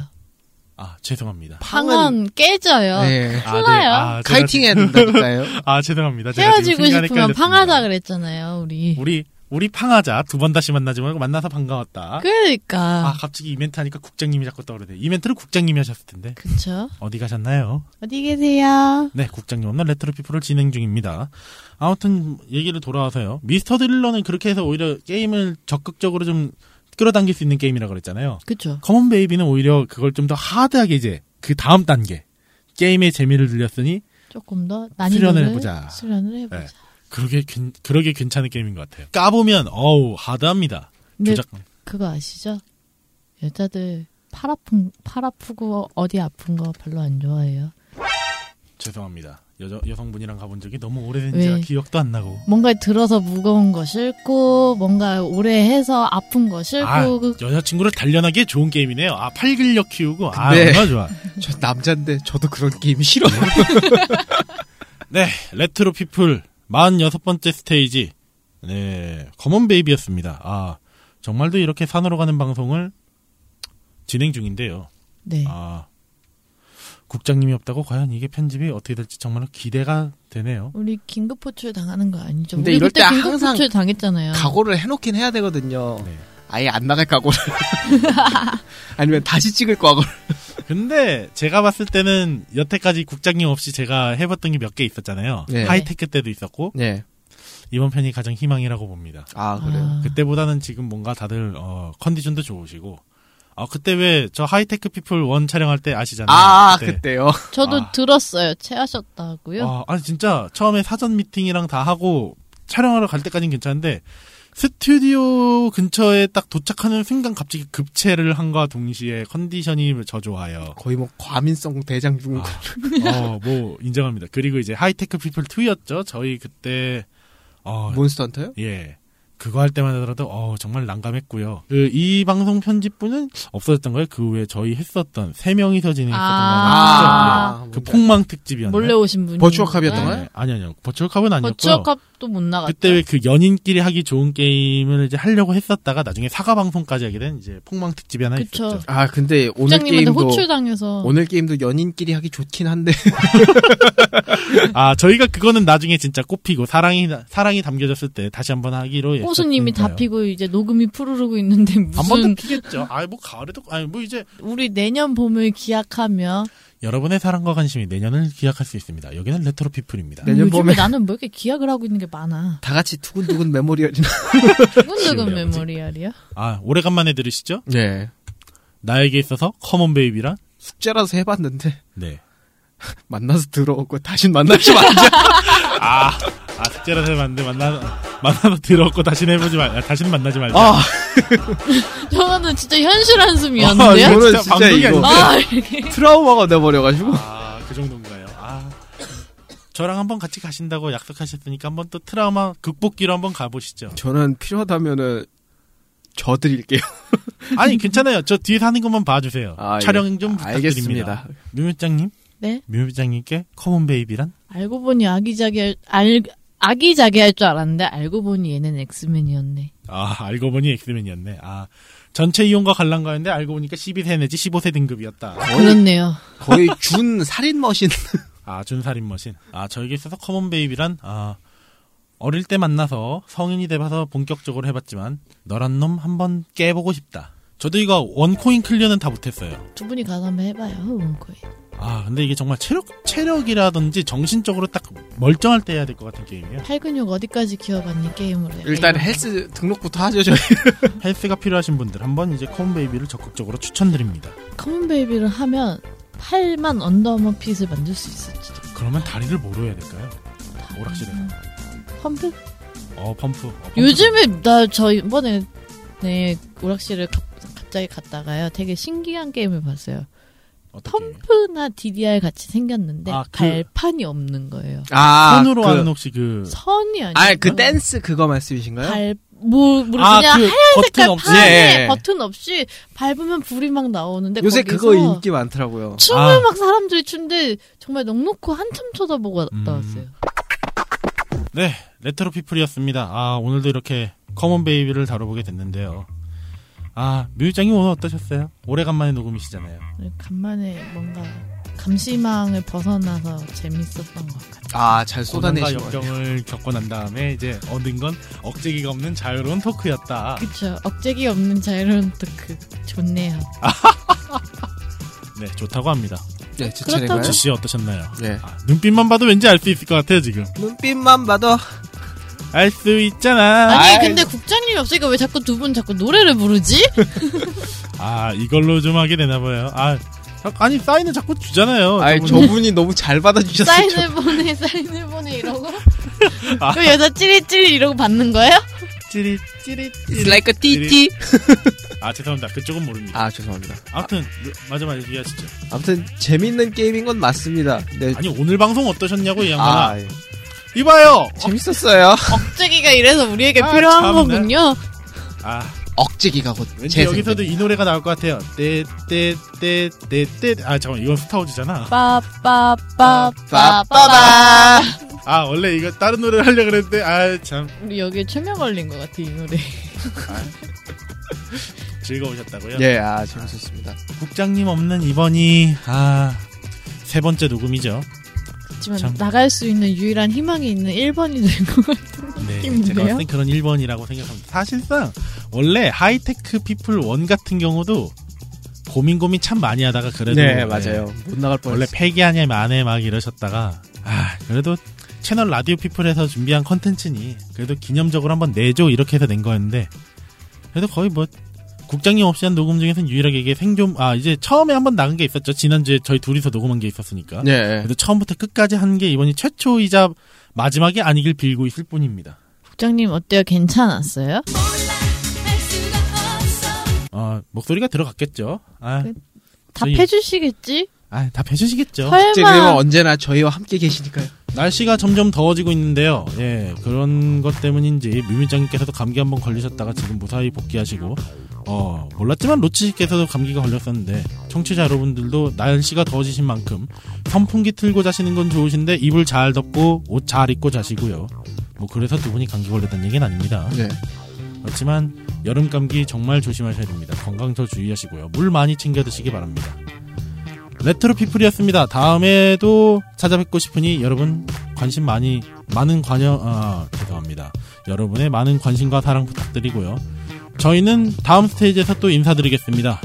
아, 죄송합니다. 팡은 깨져요. 예. 아, 네. 콜라요? 아, 제가 지금- 카이팅해야 된다니까요. 아, 죄송합니다. 제가 지금 헤어지고 순간에 싶으면 헷갈렸습니다. 팡하다 그랬잖아요, 우리. 우리, 우리 팡하자. 두 번 다시 만나지 말고 만나서 반가웠다. 아, 그러니까. 갑자기 이멘트 하니까 국장님이 자꾸 떠오르네. 이멘트를 국장님이 하셨을 텐데. 그쵸? 어디 가셨나요? 어디 계세요? 네, 국장님 없는 레트로 피플을 진행 중입니다. 아무튼 얘기를 돌아와서요. 미스터 드릴러는 그렇게 해서 오히려 게임을 적극적으로 좀 끌어당길 수 있는 게임이라고 그랬잖아요. 그쵸? 커먼 베이비는 오히려 그걸 좀 더 하드하게 이제 그 다음 단계 게임의 재미를 늘렸으니 조금 더 수련을 난이도를 해보자. 수련을 해보자. 네. 그러게 괜- 그러게 괜찮은 게임인 것 같아요. 까보면 어우 하드합니다. 근데 조작 그거 아시죠? 여자들 팔 아픈 팔 아프고 어디 아픈 거 별로 안 좋아해요. 죄송합니다. 여, 여성분이랑 가본 적이 너무 오래된 왜? 지라 기억도 안 나고 뭔가 들어서 무거운 거 싫고 뭔가 오래 해서 아픈 거 싫고 아, 그- 여자친구를 단련하기에 좋은 게임이네요. 아, 팔근력 키우고, 아, 네. 근데- 얼마나 좋아. 저 남잔데 저도 그런 게임 싫어. 네, 레트로 피플 46번째 스테이지. 네, 검은 베이비였습니다. 아, 정말도 이렇게 산으로 가는 방송을 진행 중인데요. 네. 아, 국장님이 없다고 과연 이게 편집이 어떻게 될지 정말로 기대가 되네요. 우리 긴급 포출 당하는 거 아니죠? 근데 우리 이럴 그때 때 긴급 항상 포출 당했잖아요. 각오를 해놓긴 해야 되거든요. 네. 아예 안 나갈 각오를. 아니면 다시 찍을 각오를. 근데 제가 봤을 때는 여태까지 국장님 없이 제가 해봤던 게 몇 개 있었잖아요. 네. 하이테크 때도 있었고, 네. 이번 편이 가장 희망이라고 봅니다. 아 그래요. 아, 그때보다는 지금 뭔가 다들 어, 컨디션도 좋으시고 아 그때 왜 저 하이테크 피플 원 촬영할 때 아시잖아요. 네. 아, 그때요. 저도 아. 들었어요. 체하셨다고요? 아, 아니 진짜 처음에 사전 미팅이랑 다 하고 촬영하러 갈 때까지는 괜찮은데 스튜디오 근처에 딱 도착하는 순간 갑자기 급체를 한과 동시에 컨디션이 저조하여 거의 뭐 과민성 대장증. 아, 어, 뭐 인정합니다. 그리고 이제 하이테크 피플 2였죠. 저희 그때 어, 몬스터 헌터요? 예. 그거 할 때만 하더라도 어 정말 난감했고요. 그 이 방송 편집부는 없어졌던 거예요. 그 후에 저희 했었던 세 명이서 진행했었던 아. 거. 그 뭔지 폭망 특집이었나요? 몰래 오신 분이 버추어캅이었던 거예요? 네. 아니 아니요. 버츄얼캅은 아니었고요. 버추어캅도 못 나갔죠. 그때 왜 그 연인끼리 하기 좋은 게임을 이제 하려고 했었다가 나중에 사과 방송까지 하게 된 이제 폭망 특집이 하나 그쵸. 있었죠. 아 근데 오늘 부장님한테 게임도 호출 당해서 오늘 게임도 연인끼리 하기 좋긴 한데 아 저희가 그거는 나중에 진짜 꽃피고 사랑이 사랑이 담겨졌을 때 다시 한번 하기로 했었으니까요. 호수님이 다 피고 이제 녹음이 푸르르고 있는데 한번 더 무슨 피겠죠. 아이 뭐 가을에도 아니 뭐 이제 우리 내년 봄을 기약하며 여러분의 사랑과 관심이 내년을 기약할 수 있습니다. 여기는 레트로 피플입니다. 내년 요즘에 봄에. 나는 뭐 이렇게 기약을 하고 있는 게 많아. 다 같이 두근두근 메모리얼이나. 두근두근 지금이야, 그치? 메모리얼이야. 아, 오래간만에 들으시죠? 네. 나에게 있어서 커먼 베이비란? 숙제라서 해봤는데 네. 만나서 들어오고 다시 만나지 말자. 아, 아, 숙제라서 만데 만나 만나서 들었고 다시는 해보지 말, 아, 다시는 만나지 말자. 아 저거는 진짜 현실 아, 한숨이었는데요. 이거는 진짜 저는 진짜, 방송이 이거 아니라. 아, 이렇게. 트라우마가 돼버려가지고 아, 그 정도인가요? 아, 저랑 한번 같이 가신다고 약속하셨으니까 한번 또 트라우마 극복기로 한번 가보시죠. 저는 필요하다면은 저 드릴게요. 아니 괜찮아요. 저 뒤에 사는 것만 봐주세요. 아, 예. 촬영 좀 부탁드립니다. 알겠습니다. 묘묘장님, 네? 묘묘장님께 커먼 베이비란? 알고 보니 아기자기할 알 아기자기할 줄 알았는데 알고 보니 얘는 엑스맨이었네. 아 알고 보니 엑스맨이었네. 아 전체 이용과 관람가였는데 알고 보니까 12세 내지 15세 등급이었다. 그렇네요. 거의 준 살인 머신. 아 준살인 머신. 아 저에게 있어서 커먼 베이비란 아 어릴 때 만나서 성인이 돼봐서 본격적으로 해봤지만 너란 놈 한번 깨보고 싶다. 저도 이거 원코인 클리어는 다 못했어요. 두 분이 가서 한번 해봐요. 음, 원코인. 아 근데 이게 정말 체력 체력이라든지 정신적으로 딱 멀쩡할 때 해야 될 것 같은 게임이에요. 팔 근육 어디까지 키워봤니 게임으로? 일단 헬스 등록부터 하죠, 저희. 헬스가 필요하신 분들 한번 이제 콤 베이비를 적극적으로 추천드립니다. 커먼 베이비를 하면 팔만 언더머 핏을 만들 수 있을지도. 그러면 다리를 뭐로 해야 될까요? 오락실에. 펌프? 어 펌프. 어, 펌프. 요즘에 나 저 이번에 네 오락실을 갑, 갑자기 갔다가요. 되게 신기한 게임을 봤어요. 어떻게 해요? 텀프나 DDR 같이 생겼는데 아, 그- 발판이 없는 거예요. 아, 손으로 그, 하는 혹시 그. 선이 아니고 아니, 그 댄스 그거 말씀이신가요? 발뭐 뭐, 아, 그냥 그 색깔 버튼 없이. 판에 예. 버튼 없이 밟으면 불이 막 나오는데 요새 거기서 그거 인기 많더라고요. 춤을 아. 막 사람들이 추는데 정말 넉넉히 한참 쳐다보고 갔다 음. 왔어요. 네, 레트로 피플이었습니다. 아, 오늘도 이렇게 커먼 베이비를 다뤄보게 됐는데요. 아, 뮤장님 오늘 어떠셨어요? 오래간만에 녹음이시잖아요. 간만에 뭔가 감시망을 벗어나서 재밌었던 것 같아요. 아, 잘 고난과 쏟아내신 거 같아요. 역경을 겪고 난 다음에 이제 얻은 건 억제기가 없는 자유로운 토크였다. 그쵸. 억제기 없는 자유로운 토크. 좋네요. 네, 좋다고 합니다. 네, 제 차례인가요? 지씨 어떠셨나요? 네. 아, 눈빛만 봐도 왠지 알 수 있을 것 같아요, 지금. 눈빛만 봐도 알 수 있잖아. 아니 근데 국장님이 없으니까 왜 자꾸 두 분 자꾸 노래를 부르지? 아, 이걸로 좀 하게 되나 봐요. 아, 자- 아니 사인을 자꾸 주잖아요. 아이 저분. 저분이 너무 잘 받아주셨어요. 사인을 보내 사인을 보내 이러고 아. 그 여자 찌릿찌릿 이러고 받는 거예요? 찌릿 찌릿 찌릿. like a 띠띠. 아, 죄송합니다. 그쪽은 모릅니다. 아 죄송합니다. 아무튼 그, 마지막 얘기하시죠. 아무튼 재밌는 게임인 건 맞습니다. 네. 아니 오늘 방송 어떠셨냐고 이 양반아. 아, 예. 이봐요. 재밌었어요. 억제기가 이래서 우리에게 아, 필요한 참네. 거군요. 아, 억제기가 곧 왠지 재생. 여기서도 이 노래가 나올 것 같아요. 떼떼떼떼떼. 아, 잠깐 이건 스타워즈잖아. 빠빠빠빠빠빠. 아, 원래 이거 다른 노래를 하려 고 그랬는데 아, 참 우리 여기에 최면 걸린 것 같아 이 노래. 즐거우셨다고요. 예, 아 재밌었습니다. 국장님 없는 이번이 아, 세 번째 녹음이죠. 그렇지만 참. 나갈 수 있는 유일한 희망이 있는 1번이 된 것 같은 네, 느낌인데요? 제가 봤을 땐 그런 1번이라고 생각합니다. 사실상 원래 하이테크 피플 원 같은 경우도 고민 고민 참 많이 하다가 그래도 네, 맞아요. 못 나갈 뻔. 원래 폐기하냐 만에 막 이러셨다가 아 그래도 채널 라디오 피플에서 준비한 컨텐츠니 그래도 기념적으로 한번 내줘 이렇게 해서 낸 거였는데 그래도 거의 뭐 국장님 없이 한 녹음 중에서는 유일하게 이게 생존 아 이제 처음에 한번 나간 게 있었죠 지난주에 저희 둘이서 녹음한 게 있었으니까 네. 그래도 처음부터 끝까지 한 게 이번이 최초이자 마지막이 아니길 빌고 있을 뿐입니다 국장님 어때요? 괜찮았어요? 어 목소리가 들어갔겠죠 아, 그- 저희- 답해주시겠지? 아 답해주시겠죠 억제기는 설마 언제나 저희와 함께 계시니까요. 날씨가 점점 더워지고 있는데요. 예, 그런 것 때문인지 뮤미장님께서도 감기 한번 걸리셨다가 지금 무사히 복귀하시고, 어, 몰랐지만 로치씨께서도 감기가 걸렸었는데, 청취자 여러분들도 날씨가 더워지신 만큼 선풍기 틀고 자시는 건 좋으신데, 이불 잘 덮고 옷 잘 입고 자시고요. 뭐, 그래서 두 분이 감기 걸렸다는 얘기는 아닙니다. 네. 그렇지만 여름 감기 정말 조심하셔야 됩니다. 건강 더 주의하시고요. 물 많이 챙겨 드시기 바랍니다. 레트로 피플이었습니다. 다음에도 찾아뵙고 싶으니 여러분 관심 많이 많은 관여 아 죄송합니다. 여러분의 많은 관심과 사랑 부탁드리고요. 저희는 다음 스테이지에서 또 인사드리겠습니다.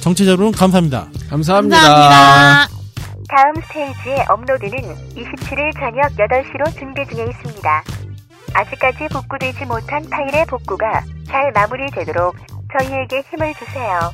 정치자 여러분 감사합니다. 감사합니다. 다음 스테이지의 업로드는 27일 저녁 8시로 준비 중에 있습니다. 아직까지 복구되지 못한 파일의 복구가 잘 마무리되도록 저희에게 힘을 주세요.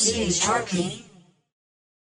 CHRP